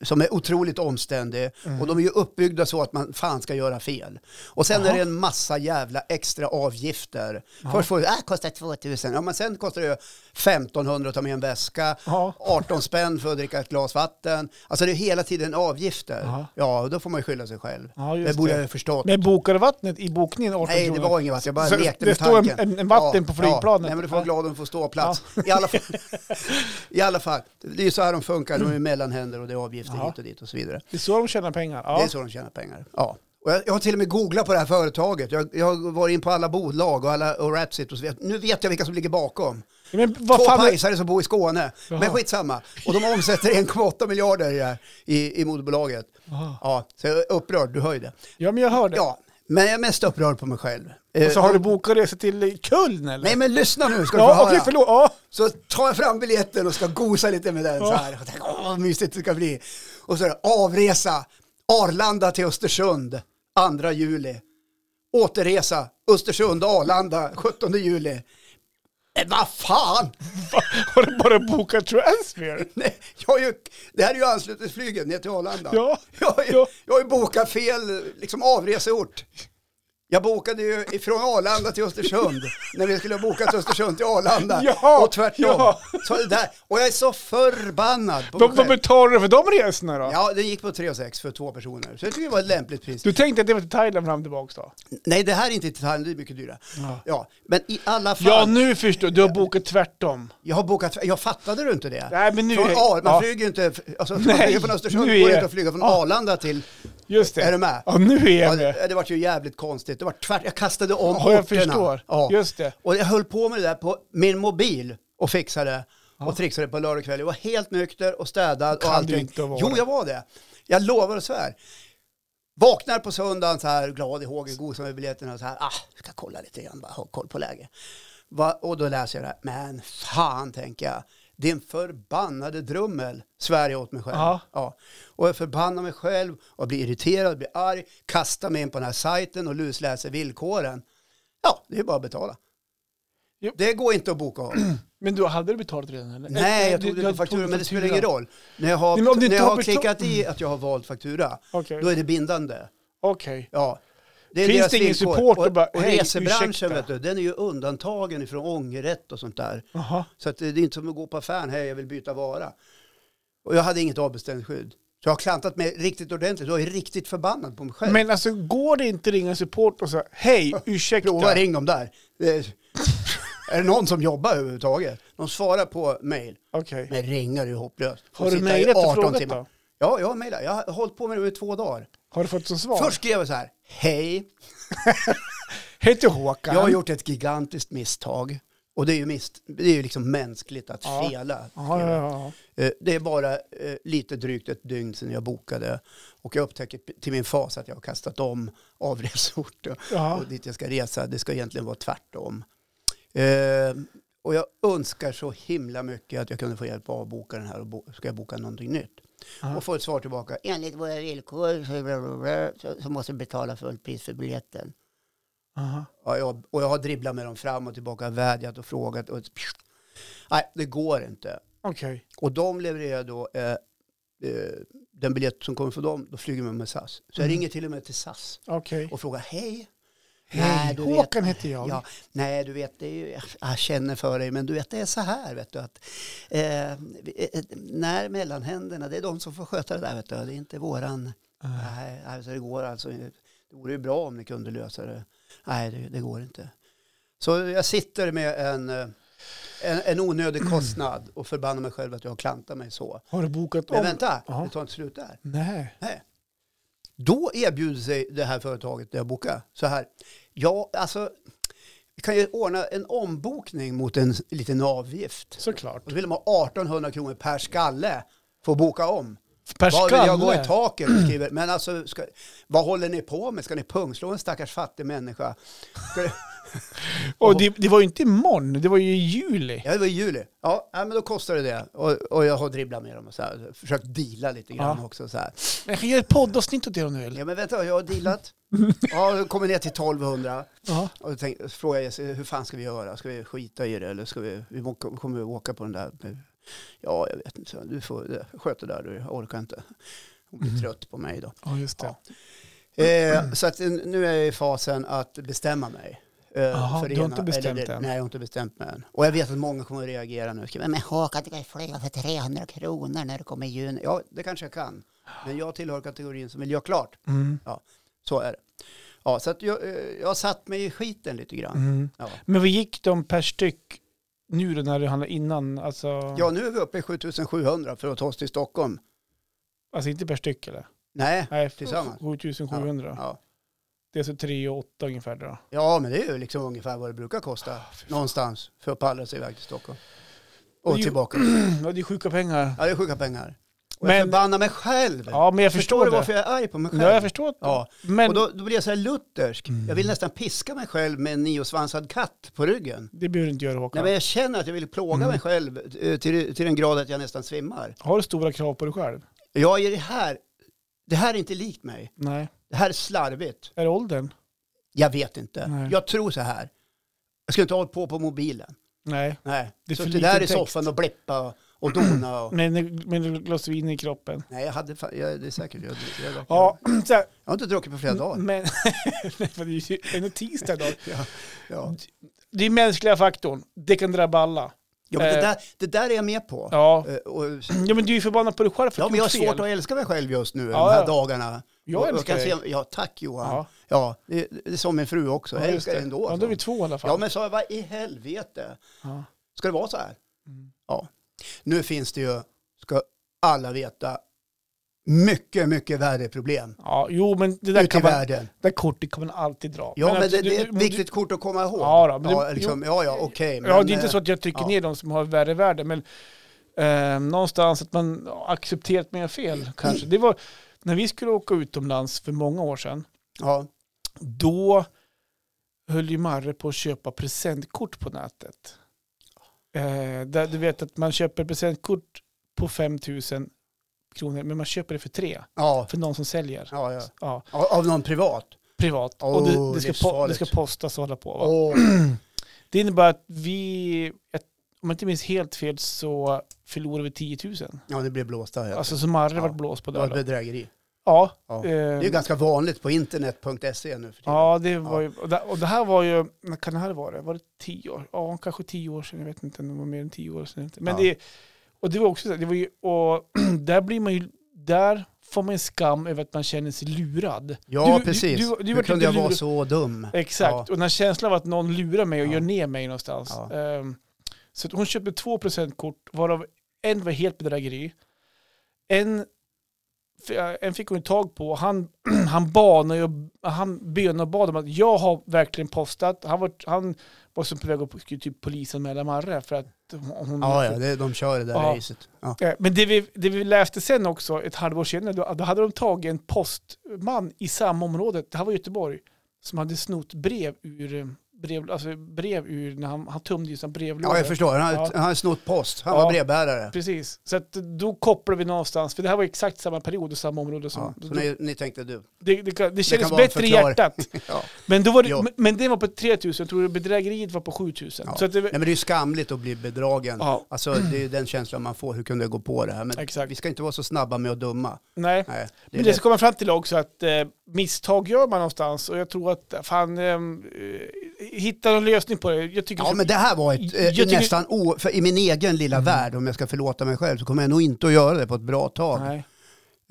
[SPEAKER 1] som är otroligt omständig. Och de är ju uppbyggda så att man fan ska göra fel. Och sen är det en massa jävla extra avgifter. Först får du, ah, kostar 2000. Ja, men sen kostar det ju 1500 att ta med en väska.
[SPEAKER 2] Jaha.
[SPEAKER 1] 18 spänn för att dricka ett glas vatten. Alltså det är hela tiden avgifter.
[SPEAKER 2] Jaha.
[SPEAKER 1] Ja, och då får man ju skylla sig själv.
[SPEAKER 2] Ja, just
[SPEAKER 1] det borde
[SPEAKER 2] det.
[SPEAKER 1] jag ju förstått.
[SPEAKER 2] Men bokade vattnet i bokningen 18
[SPEAKER 1] Nej, det
[SPEAKER 2] kronor?
[SPEAKER 1] var inget vatten. Jag bara
[SPEAKER 2] Så
[SPEAKER 1] lekte
[SPEAKER 2] det
[SPEAKER 1] med
[SPEAKER 2] står en-
[SPEAKER 1] tanken.
[SPEAKER 2] en- en vatten på flygplanet.
[SPEAKER 1] Nej, men du får
[SPEAKER 2] Ja.
[SPEAKER 1] vara glad om du får ståplats. I, alla fall, I alla fall, det är ju så här de funkar. De är mellanhänder och det är avgifter
[SPEAKER 2] Ja.
[SPEAKER 1] hit och dit och så vidare.
[SPEAKER 2] Det är så de tjänar pengar. Ja.
[SPEAKER 1] Det är så de tjänar pengar. Ja. Och jag, jag har till och med googlat på det här företaget. Jag, jag har varit in på alla bolag och, alla, och Ratsit och så vidare. Nu vet jag vilka som ligger bakom.
[SPEAKER 2] Men vad
[SPEAKER 1] Två
[SPEAKER 2] fan... är-
[SPEAKER 1] pajsare som bor i Skåne.
[SPEAKER 2] Jaha.
[SPEAKER 1] Men skitsamma. Och de omsätter 1,8 miljarder i, det här- i, i moderbolaget.
[SPEAKER 2] Jaha.
[SPEAKER 1] Ja, så jag är upprörd. Du hör ju det.
[SPEAKER 2] Ja, men jag hörde.
[SPEAKER 1] Ja, men jag är mest upprörd på mig själv. Eh,
[SPEAKER 2] Och så har du bokat resa till Köln eller?
[SPEAKER 1] Nej men lyssna nu ska du få
[SPEAKER 2] ja,
[SPEAKER 1] höra.
[SPEAKER 2] okej, förlåt. Ja.
[SPEAKER 1] Så tar jag fram biljetten och ska gosa lite med den så
[SPEAKER 2] Ja.
[SPEAKER 1] här. Och tänker, Åh, vad mysigt det ska bli. Och så är det avresa, Arlanda till Östersund, 2 juli. Återresa, Östersund, Arlanda, 17 juli. Men vad fan!
[SPEAKER 2] Va? Har du bara bokat transfer?
[SPEAKER 1] Nej, jag har ju, det här är ju anslutningsflyget ner till Arlanda.
[SPEAKER 2] Ja.
[SPEAKER 1] Jag, har ju,
[SPEAKER 2] Ja.
[SPEAKER 1] jag har ju bokat fel liksom, avreseort. Jag bokade ju ifrån Arlanda till Östersund när vi skulle ha bokat Östersund till Arlanda
[SPEAKER 2] Ja,
[SPEAKER 1] och tvärtom.
[SPEAKER 2] ja.
[SPEAKER 1] Så det där. Och jag är så förbannad på
[SPEAKER 2] Vad,
[SPEAKER 1] mig
[SPEAKER 2] vad
[SPEAKER 1] själv.
[SPEAKER 2] betalar du för de resorna då?
[SPEAKER 1] Ja, det gick på 3 6 för två personer. Så jag tycker det var ett lämpligt pris.
[SPEAKER 2] Du tänkte att det var till Thailand fram och tillbaka då?
[SPEAKER 1] Nej, det här är inte i Thailand, det är mycket dyrare.
[SPEAKER 2] Ja.
[SPEAKER 1] Ja, men i alla fall.
[SPEAKER 2] Ja, nu förstår jag. Du har bokat tvärtom.
[SPEAKER 1] Jag har bokat, jag fattade du inte det?
[SPEAKER 2] Nej, men nu
[SPEAKER 1] från
[SPEAKER 2] är-
[SPEAKER 1] Ar, man
[SPEAKER 2] ja.
[SPEAKER 1] flyger ju inte, alltså man
[SPEAKER 2] Nej,
[SPEAKER 1] flyger från Östersund,
[SPEAKER 2] nu
[SPEAKER 1] går
[SPEAKER 2] är
[SPEAKER 1] det
[SPEAKER 2] jag-
[SPEAKER 1] inte att flyga från Arlanda till,
[SPEAKER 2] Just det.
[SPEAKER 1] Är du med?
[SPEAKER 2] Ja, nu är
[SPEAKER 1] ja,
[SPEAKER 2] jag med.
[SPEAKER 1] det, det var ju jävligt konstigt, det var tvärt, jag kastade om
[SPEAKER 2] Ja, jag
[SPEAKER 1] orterna.
[SPEAKER 2] förstår.
[SPEAKER 1] Ja.
[SPEAKER 2] Just det.
[SPEAKER 1] Och jag höll på med det där på min mobil och fixade och trixade på lördag kväll. Jag var helt nykter och städad
[SPEAKER 2] Kan
[SPEAKER 1] och
[SPEAKER 2] du
[SPEAKER 1] allting.
[SPEAKER 2] inte vara
[SPEAKER 1] jo,
[SPEAKER 2] det.
[SPEAKER 1] jag var det. Jag lovar och svär. Vaknar på söndagen så här glad i hågen, gosar med biljetterna och så här, ah, jag ska kolla lite grann, bara ha koll på läget. Va? Och då läser jag det här, men fan tänker jag, din förbannade drummel svär jag åt mig själv.
[SPEAKER 2] Ja.
[SPEAKER 1] Ja. Och jag förbannar mig själv och blir irriterad, blir arg, kastar mig in på den här sajten och lusläser villkoren. Ja, det är bara att betala.
[SPEAKER 2] Jo.
[SPEAKER 1] Det går inte att boka av.
[SPEAKER 2] Men du, hade du betalat redan eller?
[SPEAKER 1] Nej, jag
[SPEAKER 2] Du-
[SPEAKER 1] tog
[SPEAKER 2] du
[SPEAKER 1] det på
[SPEAKER 2] hade
[SPEAKER 1] faktura,
[SPEAKER 2] tagit
[SPEAKER 1] men det spelar
[SPEAKER 2] faktura.
[SPEAKER 1] ingen roll. När jag har,
[SPEAKER 2] Nej, men om du
[SPEAKER 1] när
[SPEAKER 2] inte
[SPEAKER 1] jag
[SPEAKER 2] har
[SPEAKER 1] har
[SPEAKER 2] betal-
[SPEAKER 1] klickat i att jag har valt faktura,
[SPEAKER 2] Okej.
[SPEAKER 1] då är det bindande.
[SPEAKER 2] Okej.
[SPEAKER 1] Ja. Det är
[SPEAKER 2] Finns
[SPEAKER 1] deras
[SPEAKER 2] det ingen
[SPEAKER 1] villkor.
[SPEAKER 2] support
[SPEAKER 1] Och,
[SPEAKER 2] och bara,
[SPEAKER 1] och
[SPEAKER 2] "Hej, ursäkta."
[SPEAKER 1] resebranschen, vet du, den är ju undantagen ifrån ångerrätt och sånt där.
[SPEAKER 2] Jaha.
[SPEAKER 1] Så att eh, det det är inte som att gå på affären, hej jag vill byta vara. Och jag hade inget avbeställningsskydd. Så jag har klantat mig riktigt ordentligt och är riktigt förbannad på mig själv.
[SPEAKER 2] Men alltså, går det inte att ringa support och säga hej, ursäkta?
[SPEAKER 1] Prova ring dem där. Det är, är det någon som jobbar överhuvudtaget? De svarar på mail.
[SPEAKER 2] Okej.
[SPEAKER 1] Men ringar är ju hopplöst. Får
[SPEAKER 2] Har du
[SPEAKER 1] sitta i
[SPEAKER 2] mejlat och
[SPEAKER 1] 18
[SPEAKER 2] frågat
[SPEAKER 1] timmar.
[SPEAKER 2] då?
[SPEAKER 1] Ja, jag har mejlat. Jag har hållit på med det i två dagar.
[SPEAKER 2] Har du fått som svar?
[SPEAKER 1] Först skrev jag så här, hej,
[SPEAKER 2] Hej till Håkan.
[SPEAKER 1] jag har gjort ett gigantiskt misstag. Och det är ju, mist, det är ju liksom mänskligt att
[SPEAKER 2] Ja.
[SPEAKER 1] fela.
[SPEAKER 2] Ja, ja, ja.
[SPEAKER 1] Eh, Det är bara eh, lite drygt ett dygn sedan jag bokade och jag upptäcker p- till min fas att jag har kastat om avresort och,
[SPEAKER 2] Ja.
[SPEAKER 1] och dit jag ska resa. Det ska egentligen vara tvärtom. Eh, och jag önskar så himla mycket att jag kunde få hjälp att avboka den här och bo- ska jag boka någonting nytt.
[SPEAKER 2] Ja.
[SPEAKER 1] Och få ett svar tillbaka. Enligt våra villkor så, bla bla bla, så, så måste du betala fullt pris för biljetten.
[SPEAKER 2] Aha.
[SPEAKER 1] Ja, jag, och jag har dribblat med dem fram och tillbaka, vädjat och frågat. Och, nej, det går inte.
[SPEAKER 2] Okej.
[SPEAKER 1] Och de levererar då eh, eh, den biljett som kommer från dem, då flyger man med SAS. Så jag ringer till och med till SAS
[SPEAKER 2] Okej.
[SPEAKER 1] och frågar hej.
[SPEAKER 2] Hej,
[SPEAKER 1] du
[SPEAKER 2] Håkan heter jag.
[SPEAKER 1] Ja, nej, du vet, det är ju, jag känner för dig, men du vet, det är så här, vet du, att eh, vi- eh, när mellanhänderna, det är de som får sköta det där, vet du, det är inte våran, nej, alltså det går alltså, det vore ju bra om ni kunde lösa det. Nej, det, det går inte. Så jag sitter med en, eh, en, en onödig kostnad och förbannar mig själv att jag har klantat mig så.
[SPEAKER 2] Har du bokat om?
[SPEAKER 1] Men vänta,
[SPEAKER 2] Ja.
[SPEAKER 1] det tar inte slut där.
[SPEAKER 2] Nej.
[SPEAKER 1] Nej. Då erbjuder sig det här företaget där jag bokar så här. Ja, alltså, vi kan ju ordna en ombokning mot en s- liten avgift.
[SPEAKER 2] Såklart.
[SPEAKER 1] Och så vill de ha 1800 kronor per skalle för att boka om.
[SPEAKER 2] Per
[SPEAKER 1] Var vill jag gå i
[SPEAKER 2] skalle?
[SPEAKER 1] taket? och Skriver. Men alltså, ska, vad håller ni på med? Ska ni pungslå en stackars fattig människa? Ska,
[SPEAKER 2] Och det, det var ju inte imorgon, det var ju i juli.
[SPEAKER 1] Ja, det var i juli. Ja, ja, men då kostade det. Och, och jag har dribblat med dem och så här, försökt deala lite grann
[SPEAKER 2] Ja.
[SPEAKER 1] också. Så här.
[SPEAKER 2] Men jag kan göra ett poddavsnitt åt det om du vill.
[SPEAKER 1] Ja, men vänta, jag har dealat. Ja, då kommer ner till 1200.
[SPEAKER 2] Ja.
[SPEAKER 1] Och då tänkte, frågade jag Jesse, hur fan ska vi göra? Ska vi skita i det eller ska vi, vi må- kommer vi åka på den där? Ja, jag vet inte. Du får sköta det där du, jag orkar inte. Hon blir
[SPEAKER 2] Mm.
[SPEAKER 1] trött på mig då.
[SPEAKER 2] ja, just det.
[SPEAKER 1] Ja.
[SPEAKER 2] Mm.
[SPEAKER 1] Eh, så att eh, nu är jag i fasen att bestämma mig. Eh,
[SPEAKER 2] Jaha,
[SPEAKER 1] för det
[SPEAKER 2] du har
[SPEAKER 1] ena-
[SPEAKER 2] inte bestämt
[SPEAKER 1] eller det-
[SPEAKER 2] än.
[SPEAKER 1] Nej, jag har inte bestämt mig än. Och jag vet att många kommer att reagera nu. Skriva, Men Håkan, du kan ju flyga för 300 kronor när det kommer i juni. Ja, det kanske jag kan. Men jag tillhör kategorin som vill göra klart.
[SPEAKER 2] Mm.
[SPEAKER 1] Så är det. Ja, så att jag, eh, jag har satt mig i skiten lite grann.
[SPEAKER 2] Mm.
[SPEAKER 1] Ja.
[SPEAKER 2] Men vad gick de per styck nu då när du handlade innan? Alltså,
[SPEAKER 1] ja, nu är vi uppe i 7700 för att ta oss till Stockholm.
[SPEAKER 2] alltså inte per styck eller?
[SPEAKER 1] Nej,
[SPEAKER 2] Nej,
[SPEAKER 1] Tillsammans.
[SPEAKER 2] 7700.
[SPEAKER 1] ja.
[SPEAKER 2] Det är alltså 3 och 8 ungefär då.
[SPEAKER 1] ja, men det är ju liksom ungefär vad det brukar kosta
[SPEAKER 2] Ah,
[SPEAKER 1] någonstans för att pallra sig iväg till Stockholm. Och
[SPEAKER 2] Jo.
[SPEAKER 1] tillbaka.
[SPEAKER 2] Ja, det är sjuka pengar.
[SPEAKER 1] Ja, det är sjuka pengar. Och
[SPEAKER 2] Men-
[SPEAKER 1] jag förbannar mig själv.
[SPEAKER 2] Ja, men jag
[SPEAKER 1] förstår
[SPEAKER 2] förstår,
[SPEAKER 1] du
[SPEAKER 2] det.
[SPEAKER 1] varför jag är arg på mig själv?
[SPEAKER 2] Ja, jag förstår.
[SPEAKER 1] Ja.
[SPEAKER 2] Men
[SPEAKER 1] Och då, då blir jag så här luthersk.
[SPEAKER 2] Mm.
[SPEAKER 1] Jag vill nästan piska mig själv med en niosvansad katt på ryggen.
[SPEAKER 2] det behöver du inte göra
[SPEAKER 1] Nej,
[SPEAKER 2] Håkan.
[SPEAKER 1] men jag känner att jag vill plåga
[SPEAKER 2] Mm.
[SPEAKER 1] mig själv eh, till, till den grad att jag nästan svimmar.
[SPEAKER 2] Har du stora krav på dig själv?
[SPEAKER 1] Jag är det här, det här är inte likt mig.
[SPEAKER 2] Nej.
[SPEAKER 1] Det här är slarvigt.
[SPEAKER 2] Är det åldern?
[SPEAKER 1] Jag vet inte.
[SPEAKER 2] Nej.
[SPEAKER 1] Jag tror så här. Jag skulle inte ha hållit på på mobilen.
[SPEAKER 2] Nej.
[SPEAKER 1] Nej,
[SPEAKER 2] Det är
[SPEAKER 1] så
[SPEAKER 2] för
[SPEAKER 1] det där
[SPEAKER 2] liten
[SPEAKER 1] i
[SPEAKER 2] text.
[SPEAKER 1] soffan och blippa och dona. Och...
[SPEAKER 2] Men men ett glas vin i kroppen.
[SPEAKER 1] Nej, jag hade, fa- jag, det är säkert. Jag, jag, jag,
[SPEAKER 2] Ja, så här,
[SPEAKER 1] jag har inte druckit på flera dagar.
[SPEAKER 2] men... Nej, för det är ju ändå tisdag idag.
[SPEAKER 1] Ja.
[SPEAKER 2] Det är mänskliga faktorn. Det kan drabba alla.
[SPEAKER 1] Ja, men det,
[SPEAKER 2] Eh.
[SPEAKER 1] där, det där är jag med på.
[SPEAKER 2] Ja.
[SPEAKER 1] Eh, Och
[SPEAKER 2] Ja, men du är ju förbannad på dig själv för
[SPEAKER 1] Ja,
[SPEAKER 2] att du
[SPEAKER 1] men jag har
[SPEAKER 2] gjort
[SPEAKER 1] svårt att
[SPEAKER 2] fel.
[SPEAKER 1] älska mig själv just nu,
[SPEAKER 2] Ja,
[SPEAKER 1] de här
[SPEAKER 2] ja.
[SPEAKER 1] dagarna.
[SPEAKER 2] Jag
[SPEAKER 1] Och- och
[SPEAKER 2] älskar
[SPEAKER 1] kan
[SPEAKER 2] dig.
[SPEAKER 1] se- Ja, tack Johan. Ja,
[SPEAKER 2] Ja.
[SPEAKER 1] det, det är som min fru också.
[SPEAKER 2] Ja,
[SPEAKER 1] jag
[SPEAKER 2] just
[SPEAKER 1] älskar
[SPEAKER 2] det.
[SPEAKER 1] dig ändå. alltså.
[SPEAKER 2] Ja, då är vi två i alla fall.
[SPEAKER 1] ja, men sa jag, vad i helvete?
[SPEAKER 2] Ja.
[SPEAKER 1] Ska det vara så här?
[SPEAKER 2] Mm.
[SPEAKER 1] Ja. Nu finns det ju, ska alla veta, mycket, mycket värre problem
[SPEAKER 2] Ja, jo, men det där,
[SPEAKER 1] ute i
[SPEAKER 2] kan man, det
[SPEAKER 1] världen.
[SPEAKER 2] där kortet kan man alltid dra.
[SPEAKER 1] Ja, men,
[SPEAKER 2] att
[SPEAKER 1] det,
[SPEAKER 2] du-
[SPEAKER 1] det är
[SPEAKER 2] du-
[SPEAKER 1] ett viktigt kort att komma ihåg.
[SPEAKER 2] Ja, då, men
[SPEAKER 1] ja,
[SPEAKER 2] det-
[SPEAKER 1] liksom, ja, ja okej.
[SPEAKER 2] ja,
[SPEAKER 1] men,
[SPEAKER 2] det är inte
[SPEAKER 1] eh,
[SPEAKER 2] så att jag trycker
[SPEAKER 1] ja.
[SPEAKER 2] ner de som har värre värde, men eh, någonstans att man accepterar att man gör fel
[SPEAKER 1] Mm.
[SPEAKER 2] kanske. Det var, när vi skulle åka utomlands för många år sedan,
[SPEAKER 1] Ja,
[SPEAKER 2] då höll ju Marre på att köpa presentkort på nätet. Eh, där du vet att man köper presentkort på 5 000 kronor, men man köper det för tre,
[SPEAKER 1] ja,
[SPEAKER 2] för någon som säljer.
[SPEAKER 1] ja, ja.
[SPEAKER 2] Ja,
[SPEAKER 1] Av- Av någon privat?
[SPEAKER 2] privat.
[SPEAKER 1] Åh,
[SPEAKER 2] och det, det, ska po- det
[SPEAKER 1] livsfarligt.
[SPEAKER 2] ska postas och hålla på. Va?
[SPEAKER 1] Åh,
[SPEAKER 2] Det innebär att vi, ett- om jag inte minns helt fel, så förlorade vi 10 000.
[SPEAKER 1] Ja, det blev blåsta. Ja.
[SPEAKER 2] Alltså som Marre
[SPEAKER 1] Ja.
[SPEAKER 2] vart blåst på
[SPEAKER 1] det var
[SPEAKER 2] där.
[SPEAKER 1] ett
[SPEAKER 2] då.
[SPEAKER 1] bedrägeri.
[SPEAKER 2] Ja,
[SPEAKER 1] Ja. Det är ju
[SPEAKER 2] eh,
[SPEAKER 1] ganska vanligt på internet.se E nu för tiden.
[SPEAKER 2] ja, det var ju, och det- och det här var ju, när kan det här vara? Var det tio år? Ja, kanske tio år sedan. Jag vet inte, om det var mer än tio år sedan. Men
[SPEAKER 1] Ja.
[SPEAKER 2] det, och det var också så här, det var ju, och där blir man ju, där får man en skam över att man känner sig lurad.
[SPEAKER 1] Ja,
[SPEAKER 2] Du-
[SPEAKER 1] precis.
[SPEAKER 2] du- du- du
[SPEAKER 1] Hur
[SPEAKER 2] vart
[SPEAKER 1] kunde
[SPEAKER 2] lite
[SPEAKER 1] jag vara
[SPEAKER 2] lurig.
[SPEAKER 1] så dum?
[SPEAKER 2] Exakt,
[SPEAKER 1] Ja.
[SPEAKER 2] och den här känslan av att någon lurar mig och
[SPEAKER 1] Ja.
[SPEAKER 2] gör ner mig någonstans.
[SPEAKER 1] Ja.
[SPEAKER 2] Ehm, så att hon köpte två presentkort, varav en var helt bedrägeri. En, f- en fick hon tag på, han, han banade ju, han bönade och bad om att jag har verkligen postat. Han var, han var som på väg att skulle typ polisanmäla Marre för att hon... hon-
[SPEAKER 1] Ja, ja, det, de kör det där
[SPEAKER 2] Ja.
[SPEAKER 1] racet. Ja.
[SPEAKER 2] Eh, Men det vi, det vi läste sen också, ett halvår senare, då, då hade de tagit en postman i samma område, det här var Göteborg, som hade snott brev ur, eh, brev, alltså brev ur när han, han tömde ju sina brevlådor.
[SPEAKER 1] ja, jag förstår. Han har
[SPEAKER 2] Ja.
[SPEAKER 1] han har snott post. Han
[SPEAKER 2] Ja.
[SPEAKER 1] var brevbärare.
[SPEAKER 2] Precis, så att då kopplar vi någonstans, för det här var exakt samma period och samma område. Som,
[SPEAKER 1] Ja.
[SPEAKER 2] Alltså, då,
[SPEAKER 1] Så ni, ni tänkte du.
[SPEAKER 2] det, det, kan- det
[SPEAKER 1] kan
[SPEAKER 2] kändes
[SPEAKER 1] vara en
[SPEAKER 2] bättre i
[SPEAKER 1] förklaring.
[SPEAKER 2] hjärtat.
[SPEAKER 1] Ja.
[SPEAKER 2] Men, då var det,
[SPEAKER 1] Jo.
[SPEAKER 2] men- men det var på 3000, jag tror bedrägeriet var på 7000.
[SPEAKER 1] Ja.
[SPEAKER 2] Så att det,
[SPEAKER 1] Nej, men det är ju skamligt att bli bedragen.
[SPEAKER 2] ja,
[SPEAKER 1] Alltså, det är ju den känslan man får. Hur kunde jag gå på det här? Men
[SPEAKER 2] exakt.
[SPEAKER 1] vi ska inte vara så snabba med att döma.
[SPEAKER 2] Nej.
[SPEAKER 1] Nej, det är
[SPEAKER 2] Men det
[SPEAKER 1] det.
[SPEAKER 2] ska komma fram till också att eh, misstag gör man någonstans och jag tror att fan, eh, hitta någon lösning på det. Jag tycker
[SPEAKER 1] Ja,
[SPEAKER 2] så-
[SPEAKER 1] men det här var ett, eh,
[SPEAKER 2] Jag tycker- Mm.
[SPEAKER 1] nästan o... För I min egen lilla värld, om jag ska förlåta mig själv, så kommer jag nog inte att göra det på ett bra tag.
[SPEAKER 2] Nej.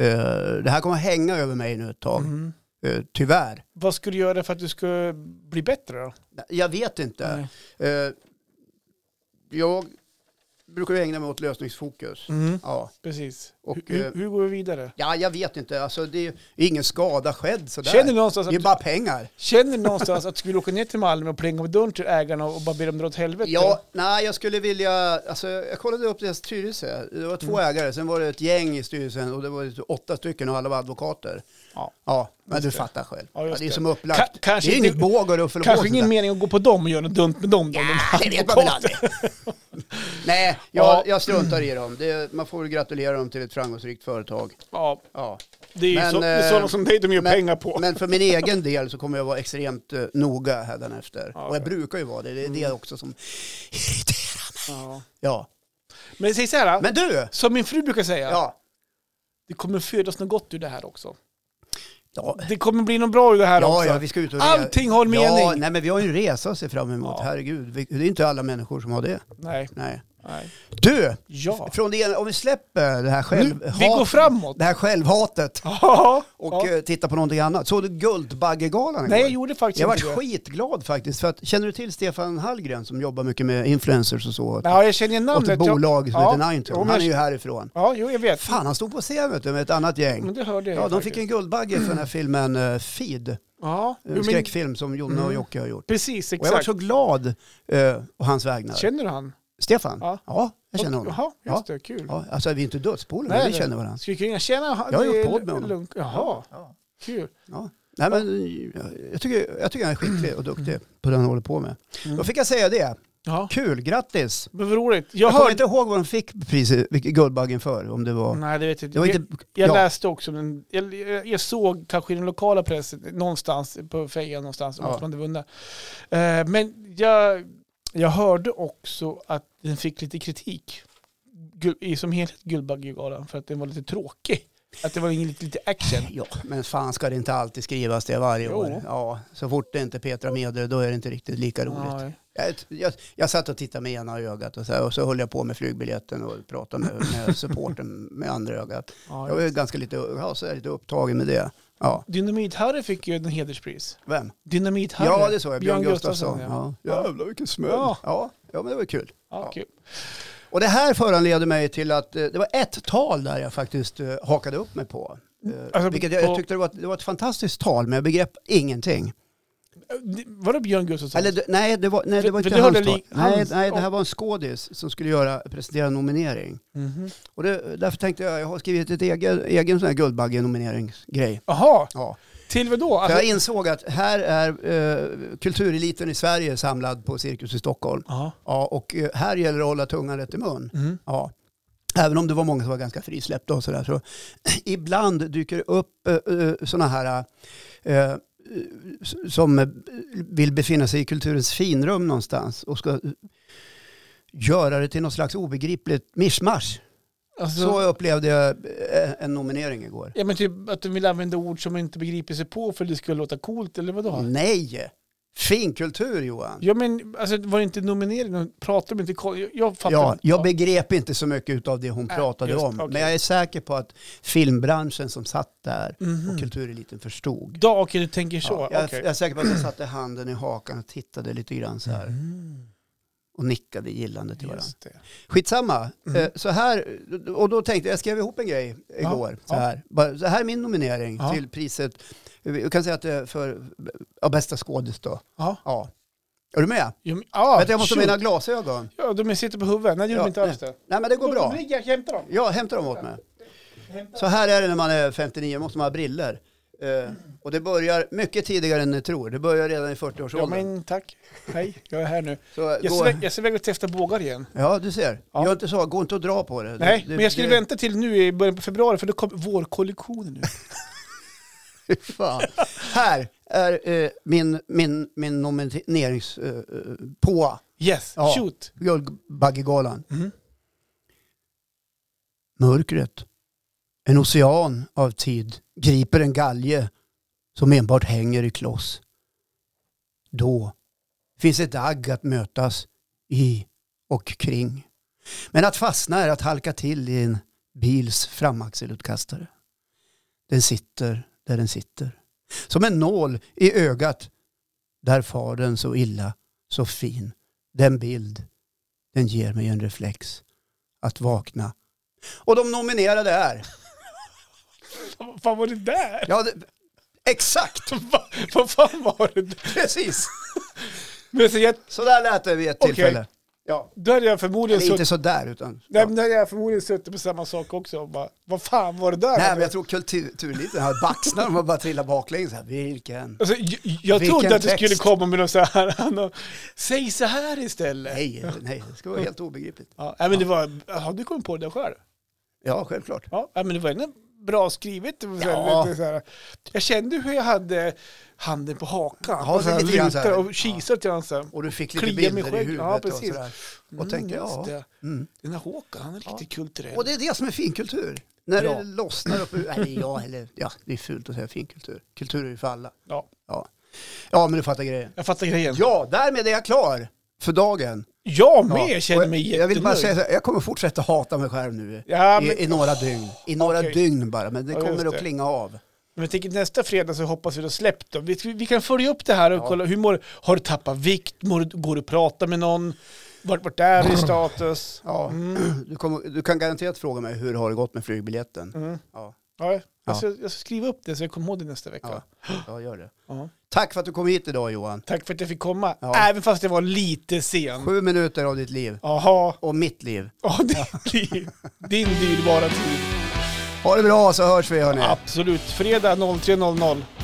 [SPEAKER 1] Eh, det här kommer att hänga över mig nu ett tag,
[SPEAKER 2] Mm.
[SPEAKER 1] Eh, tyvärr.
[SPEAKER 2] Vad skulle du göra för att du skulle bli bättre då?
[SPEAKER 1] Eh, Jag vet inte.
[SPEAKER 2] Nej.
[SPEAKER 1] Eh, jag brukar ju ägna mig åt lösningsfokus.
[SPEAKER 2] Mm.
[SPEAKER 1] Ja,
[SPEAKER 2] Precis.
[SPEAKER 1] Och,
[SPEAKER 2] Hur- hur,
[SPEAKER 1] eh,
[SPEAKER 2] hur går vi vidare?
[SPEAKER 1] ja jag vet inte. Alltså, det är ju ingen skada skedd sådär.
[SPEAKER 2] Känner du någonstans
[SPEAKER 1] det är
[SPEAKER 2] att,
[SPEAKER 1] bara pengar.
[SPEAKER 2] känner du någonstans att du skulle åka ner till Malmö och plinga på dörren till ägarna och bara be dem dra åt helvete?
[SPEAKER 1] Ja, nej, jag skulle vilja, alltså, jag kollade upp deras styrelse. Det var
[SPEAKER 2] Mm.
[SPEAKER 1] två ägare, sen var det ett gäng i styrelsen och det var ju åtta stycken och alla var advokater.
[SPEAKER 2] Ja.
[SPEAKER 1] Ja, men du
[SPEAKER 2] Just det.
[SPEAKER 1] fattar själv.
[SPEAKER 2] Ja, just
[SPEAKER 1] Ja, det är
[SPEAKER 2] det.
[SPEAKER 1] som
[SPEAKER 2] Ka-
[SPEAKER 1] upplagt.
[SPEAKER 2] kanske
[SPEAKER 1] det är
[SPEAKER 2] inte-
[SPEAKER 1] inget båg och ruffel och bås
[SPEAKER 2] Kanske
[SPEAKER 1] det där.
[SPEAKER 2] ingen mening att gå på dem och göra något dumt med dem. då,
[SPEAKER 1] Ja,
[SPEAKER 2] de-
[SPEAKER 1] det vet man väl aldrig. Nej,
[SPEAKER 2] Ja.
[SPEAKER 1] jag, jag struntar i dem. Det, man får väl gratulera dem till ett framgångsrikt företag.
[SPEAKER 2] Ja,
[SPEAKER 1] Ja.
[SPEAKER 2] det är ju
[SPEAKER 1] Men,
[SPEAKER 2] så, det är sådana
[SPEAKER 1] eh,
[SPEAKER 2] som dig de gör
[SPEAKER 1] men-
[SPEAKER 2] pengar på.
[SPEAKER 1] Men för min egen del så kommer jag vara extremt eh, noga hädanefter.
[SPEAKER 2] Ja, Mm.
[SPEAKER 1] Och jag
[SPEAKER 2] okej.
[SPEAKER 1] brukar ju vara det. Det är det också som...
[SPEAKER 2] ja.
[SPEAKER 1] Ja.
[SPEAKER 2] men säg så här,
[SPEAKER 1] Men du!
[SPEAKER 2] som min fru brukar säga,
[SPEAKER 1] Ja.
[SPEAKER 2] det kommer födas något gott ur det här också.
[SPEAKER 1] Ja,
[SPEAKER 2] Det kommer bli något bra ur det här
[SPEAKER 1] ja,
[SPEAKER 2] också.
[SPEAKER 1] ja vi ska ut och... re-
[SPEAKER 2] Allting har en
[SPEAKER 1] Ja,
[SPEAKER 2] mening.
[SPEAKER 1] nej, men vi har ju en resa att se fram emot.
[SPEAKER 2] Ja.
[SPEAKER 1] Herregud, vi, det är inte alla människor som har det.
[SPEAKER 2] Nej,
[SPEAKER 1] Nej.
[SPEAKER 2] nej.
[SPEAKER 1] Du!
[SPEAKER 2] Ja.
[SPEAKER 1] Från det, ena- om vi släpper det här
[SPEAKER 2] Nu,
[SPEAKER 1] självhat,
[SPEAKER 2] vi går framåt.
[SPEAKER 1] det här självhatet
[SPEAKER 2] Ja.
[SPEAKER 1] och
[SPEAKER 2] ja.
[SPEAKER 1] eh, tittar på någonting annat. Såg du Guldbaggegalan
[SPEAKER 2] Nej,
[SPEAKER 1] igår?
[SPEAKER 2] jag gjorde faktiskt
[SPEAKER 1] Jag
[SPEAKER 2] inte det.
[SPEAKER 1] var skitglad faktiskt. För att, känner du till Stefan Hallgren som jobbar mycket med influencers och så?
[SPEAKER 2] Ja, jag känner igen
[SPEAKER 1] åt
[SPEAKER 2] namnet.
[SPEAKER 1] ett bolag som
[SPEAKER 2] ja.
[SPEAKER 1] heter
[SPEAKER 2] Jo,
[SPEAKER 1] Ninetone.
[SPEAKER 2] men
[SPEAKER 1] Han är
[SPEAKER 2] jag-
[SPEAKER 1] ju härifrån.
[SPEAKER 2] Ja, jo, jag vet.
[SPEAKER 1] Fan, han stod på scen vet du, med ett annat gäng.
[SPEAKER 2] Men Mm, det hörde jag
[SPEAKER 1] Ja,
[SPEAKER 2] ju
[SPEAKER 1] de
[SPEAKER 2] faktiskt.
[SPEAKER 1] fick en Guldbagge för den här filmen eh, Feed.
[SPEAKER 2] Ja, jo,
[SPEAKER 1] En
[SPEAKER 2] men-
[SPEAKER 1] skräckfilm som Jonna och
[SPEAKER 2] Mm.
[SPEAKER 1] Jocke har gjort.
[SPEAKER 2] Precis,
[SPEAKER 1] Och jag var
[SPEAKER 2] exakt.
[SPEAKER 1] så glad eh, på hans vägnar.
[SPEAKER 2] Känner du han?
[SPEAKER 1] Stefan?
[SPEAKER 2] Ja.
[SPEAKER 1] Ja. jag känner honom.
[SPEAKER 2] Jaha,
[SPEAKER 1] Ja.
[SPEAKER 2] just det. Kul.
[SPEAKER 1] Ja, alltså vi är inte dödspoler,
[SPEAKER 2] Nej,
[SPEAKER 1] men vi
[SPEAKER 2] det-
[SPEAKER 1] känner varandra.
[SPEAKER 2] Skulle kunna känna han?
[SPEAKER 1] Jag har
[SPEAKER 2] det
[SPEAKER 1] gjort
[SPEAKER 2] är
[SPEAKER 1] podd med honom.
[SPEAKER 2] lugnt. Jaha,
[SPEAKER 1] Ja.
[SPEAKER 2] kul.
[SPEAKER 1] Ja. Nej, men, eh, jag, tycker, jag tycker han är skicklig och duktig på det han håller på med.
[SPEAKER 2] Mm.
[SPEAKER 1] Då fick jag säga det.
[SPEAKER 2] Ja.
[SPEAKER 1] Kul, grattis!
[SPEAKER 2] Men vad roligt. Jag,
[SPEAKER 1] Jag kommer
[SPEAKER 2] hörde...
[SPEAKER 1] inte ihåg vad de fick priset, vilket Guldbaggen för. Om det var...
[SPEAKER 2] Nej, det vet jag inte.
[SPEAKER 1] Det var
[SPEAKER 2] Jag,
[SPEAKER 1] inte...
[SPEAKER 2] jag
[SPEAKER 1] ja.
[SPEAKER 2] läste också, men jag, jag, jag såg kanske i den lokala pressen, någonstans på fejan någonstans,
[SPEAKER 1] Ja.
[SPEAKER 2] måste man inte vunna. Eh, men jag, jag hörde också att den fick lite kritik, Gul, i som helhet Guldbaggegalan, för att den var lite tråkig. Att det var lite, lite action.
[SPEAKER 1] ja, men fan ska det inte alltid skrivas det varje
[SPEAKER 2] Jo.
[SPEAKER 1] år? Ja, så fort det inte är Petra Mede, då är det inte riktigt lika roligt.
[SPEAKER 2] Nej.
[SPEAKER 1] Jag, jag, jag satt och tittade med ena ögat och så, här, och så höll jag på med flygbiljetten och pratade med, med supporten med andra ögat.
[SPEAKER 2] Ja,
[SPEAKER 1] Jag var ju ganska lite, ja, så här, lite upptagen med det. Ja,
[SPEAKER 2] Dynamit-Harry fick ju en hederspris.
[SPEAKER 1] vem?
[SPEAKER 2] Dynamit-Harry.
[SPEAKER 1] Ja, det såg jag. Björn,
[SPEAKER 2] Björn
[SPEAKER 1] Gustafsson.
[SPEAKER 2] Gustafsson,
[SPEAKER 1] Ja. Jävlar vilken smäll.
[SPEAKER 2] Ja.
[SPEAKER 1] Ja. Ja, men det var kul.
[SPEAKER 2] Ja, kul.
[SPEAKER 1] Och det här föranleder mig till att eh, det var ett tal där jag faktiskt eh, hakade upp mig på. Eh,
[SPEAKER 2] Alltså,
[SPEAKER 1] vilket jag,
[SPEAKER 2] på-
[SPEAKER 1] jag tyckte det var, ett- det var ett fantastiskt tal, men jag begrepp ingenting.
[SPEAKER 2] Eh, Det- Var det Björn Gustafsson?
[SPEAKER 1] Eller, det- nej, det var, nej,
[SPEAKER 2] För-
[SPEAKER 1] det var
[SPEAKER 2] för
[SPEAKER 1] inte
[SPEAKER 2] det
[SPEAKER 1] hans
[SPEAKER 2] hörde
[SPEAKER 1] tal.
[SPEAKER 2] li-
[SPEAKER 1] nej,
[SPEAKER 2] hans-
[SPEAKER 1] nej, det här var en skådis som skulle göra, presentera en nominering.
[SPEAKER 2] Mhm.
[SPEAKER 1] Och det, därför tänkte jag, jag har skrivit ett egen, egen sån här Guldbagge-nomineringsgrej.
[SPEAKER 2] Jaha,
[SPEAKER 1] Ja.
[SPEAKER 2] till vad då?
[SPEAKER 1] För
[SPEAKER 2] Alltså,
[SPEAKER 1] jag insåg att här är eh, kultureliten i Sverige samlad på Cirkus i Stockholm.
[SPEAKER 2] Jaha.
[SPEAKER 1] Ja, och eh, här gäller det att hålla tungan rätt i mun.
[SPEAKER 2] Mm.
[SPEAKER 1] Ja. Även om det var många som var ganska frisläppta och sådär. Så ibland dyker det upp sådana här eh, s- som eh, vill befinna sig i kulturens finrum någonstans och ska eh, göra det till något slags obegripligt mischmasch.
[SPEAKER 2] Alltså,
[SPEAKER 1] Så upplevde jag eh, en nominering igår.
[SPEAKER 2] Ja men typ att de vill använda ord som man inte begriper sig på för det skulle låta coolt eller vadå?
[SPEAKER 1] Mm. Nej! Finkultur Johan.
[SPEAKER 2] Ja men alltså var det inte nominering? De pratade de inte ko- Jag, jag fattar
[SPEAKER 1] Ja,
[SPEAKER 2] inte.
[SPEAKER 1] jag begrep inte så mycket av det hon
[SPEAKER 2] Nej,
[SPEAKER 1] pratade
[SPEAKER 2] just,
[SPEAKER 1] om.
[SPEAKER 2] okej.
[SPEAKER 1] Men jag är säker på att filmbranschen som satt där
[SPEAKER 2] Mhm.
[SPEAKER 1] och kultureliten förstod.
[SPEAKER 2] Ja, okej du tänker så.
[SPEAKER 1] Ja,
[SPEAKER 2] Okej.
[SPEAKER 1] jag, jag är säker på att jag satte handen i hakan och tittade lite grann så här.
[SPEAKER 2] Mm,
[SPEAKER 1] Och nickade gillande till varandra.
[SPEAKER 2] just det.
[SPEAKER 1] Skitsamma.
[SPEAKER 2] Mm.
[SPEAKER 1] Eh, Så här, och då tänkte jag, jag skrev ihop en grej igår. Så,
[SPEAKER 2] ja.
[SPEAKER 1] här. Bara, så här är min nominering
[SPEAKER 2] Ja.
[SPEAKER 1] till priset. Jag kan säga att det är för ja, bästa skådis då.
[SPEAKER 2] Ja.
[SPEAKER 1] Ja. Är du med?
[SPEAKER 2] Jo, men- ah,
[SPEAKER 1] Vänta, jag måste ha
[SPEAKER 2] shoot.
[SPEAKER 1] mina glasögon.
[SPEAKER 2] Ja, de sitter på huvudet. Nej, det gjorde
[SPEAKER 1] Ja,
[SPEAKER 2] de inte alls det.
[SPEAKER 1] Nej, men det går bra.
[SPEAKER 2] Jag hämtar dem.
[SPEAKER 1] Jag hämtar dem åt mig.
[SPEAKER 2] Hämta.
[SPEAKER 1] Så här är det när man är 59, måste man ha briller. Eh, Och det börjar mycket tidigare än ni tror. Det börjar redan i
[SPEAKER 2] Ja
[SPEAKER 1] 40-årsåldern.
[SPEAKER 2] men tack. Hej, jag är här nu.
[SPEAKER 1] Så
[SPEAKER 2] Jag
[SPEAKER 1] gå-
[SPEAKER 2] ska, jag ska iväg och testa bågar igen.
[SPEAKER 1] Ja, du ser.
[SPEAKER 2] Ja.
[SPEAKER 1] Gör inte så. Gå inte och dra på det.
[SPEAKER 2] Nej,
[SPEAKER 1] det,
[SPEAKER 2] men jag skulle
[SPEAKER 1] det,
[SPEAKER 2] vänta till nu i början på februari för då kom vårkollektionen nu.
[SPEAKER 1] Fan. Här är eh, min, min, min nominerings... Eh, eh, på
[SPEAKER 2] Yes,
[SPEAKER 1] Ja.
[SPEAKER 2] shoot.
[SPEAKER 1] Guldbaggegalan.
[SPEAKER 2] Mm.
[SPEAKER 1] Mörkret. En ocean av tid griper en galge som enbart hänger i kloss. Då finns ett agg att mötas i och kring. Men att fastna är att halka till i en bils framaxelutkastare. Den sitter där den sitter. Som en nål i ögat. Där far den så illa, så fin. Den bild, den ger mig en reflex att vakna. Och de nominerade är,
[SPEAKER 2] Vad fan var det där?
[SPEAKER 1] ja det, exakt,
[SPEAKER 2] Va, vad fan var det där?
[SPEAKER 1] precis.
[SPEAKER 2] Men alltså, jag,
[SPEAKER 1] Så där lät det vid ett
[SPEAKER 2] Okej.
[SPEAKER 1] tillfälle. Ja.
[SPEAKER 2] då hade jag förmodligen
[SPEAKER 1] Eller
[SPEAKER 2] suttit...
[SPEAKER 1] inte så där utan...
[SPEAKER 2] Nej,
[SPEAKER 1] Ja.
[SPEAKER 2] men då hade jag förmodligen suttit på samma sak också och bara, vad fan var det där?
[SPEAKER 1] Nej, men jag tror kulturliten har baxnat de har bara trillat baklänges. här. Vilken...
[SPEAKER 2] Alltså, jag jag
[SPEAKER 1] Vilken
[SPEAKER 2] trodde att du
[SPEAKER 1] text.
[SPEAKER 2] skulle komma med något så här, någon, säg så här istället.
[SPEAKER 1] Nej, nej, det ska vara helt obegripligt.
[SPEAKER 2] Ja, nej, men det var, har du kommit på det själv?
[SPEAKER 1] Ja, självklart.
[SPEAKER 2] Ja, nej, men det var ändå bra skrivet. Det var så här,
[SPEAKER 1] Ja.
[SPEAKER 2] lite så här, jag kände hur jag hade handen på hakan.
[SPEAKER 1] Ja,
[SPEAKER 2] och så här,
[SPEAKER 1] lite grann så här.
[SPEAKER 2] lutade och kisade lite grann så här.
[SPEAKER 1] Och du fick lite
[SPEAKER 2] Klia mig
[SPEAKER 1] bilder i
[SPEAKER 2] själv.
[SPEAKER 1] huvudet
[SPEAKER 2] Ja,
[SPEAKER 1] och
[SPEAKER 2] precis.
[SPEAKER 1] sådär. Och tänkte,
[SPEAKER 2] Mm,
[SPEAKER 1] ja.
[SPEAKER 2] just det.
[SPEAKER 1] Mm.
[SPEAKER 2] Den här Håkan, han är riktigt kulturell.
[SPEAKER 1] Och det är det som är finkultur. När
[SPEAKER 2] Ja.
[SPEAKER 1] det lossnar upp ur... Nej, ja, eller, ja, det är fult att säga finkultur. Kultur är ju för alla.
[SPEAKER 2] ja,
[SPEAKER 1] Ja, ja men du fattar grejen.
[SPEAKER 2] jag fattar grejen. Jag,
[SPEAKER 1] Ja, därmed är jag klar för dagen. Ja.
[SPEAKER 2] med känner
[SPEAKER 1] Och
[SPEAKER 2] mig
[SPEAKER 1] jag, jag vill bara
[SPEAKER 2] jättenöjd.
[SPEAKER 1] säga så här, jag kommer fortsätta hata mig själv nu.
[SPEAKER 2] Ja, men,
[SPEAKER 1] I, I några dygn. I några
[SPEAKER 2] Okej.
[SPEAKER 1] dygn bara, men det
[SPEAKER 2] Ja, just
[SPEAKER 1] kommer att
[SPEAKER 2] det.
[SPEAKER 1] klinga av.
[SPEAKER 2] men jag tänker nästa fredag så hoppas vi att släppt dem. Vi, vi kan följa upp det här och
[SPEAKER 1] Ja.
[SPEAKER 2] kolla hur mår, har du tappat vikt, mår, du- går du att prata med någon, vart, vart är du i status? Mm,
[SPEAKER 1] Ja. Du, kommer, du kan garanterat fråga mig hur har det gått med flygbiljetten.
[SPEAKER 2] Mm.
[SPEAKER 1] Ja,
[SPEAKER 2] Ja, jag,
[SPEAKER 1] Ja.
[SPEAKER 2] Ska, jag ska skriva upp det så jag kommer ihåg det nästa
[SPEAKER 1] ja.
[SPEAKER 2] vecka.
[SPEAKER 1] ja, gör det.
[SPEAKER 2] Ja.
[SPEAKER 1] Tack för att du kom hit idag Johan.
[SPEAKER 2] Tack för att jag fick komma,
[SPEAKER 1] Ja.
[SPEAKER 2] även fast jag var lite sen.
[SPEAKER 1] Sju minuter av ditt liv
[SPEAKER 2] Jaha,
[SPEAKER 1] och mitt liv.
[SPEAKER 2] ja, det blir din dyrbara tid.
[SPEAKER 1] Ha det bra så hörs vi hörni.
[SPEAKER 2] Absolut, fredag 03.00.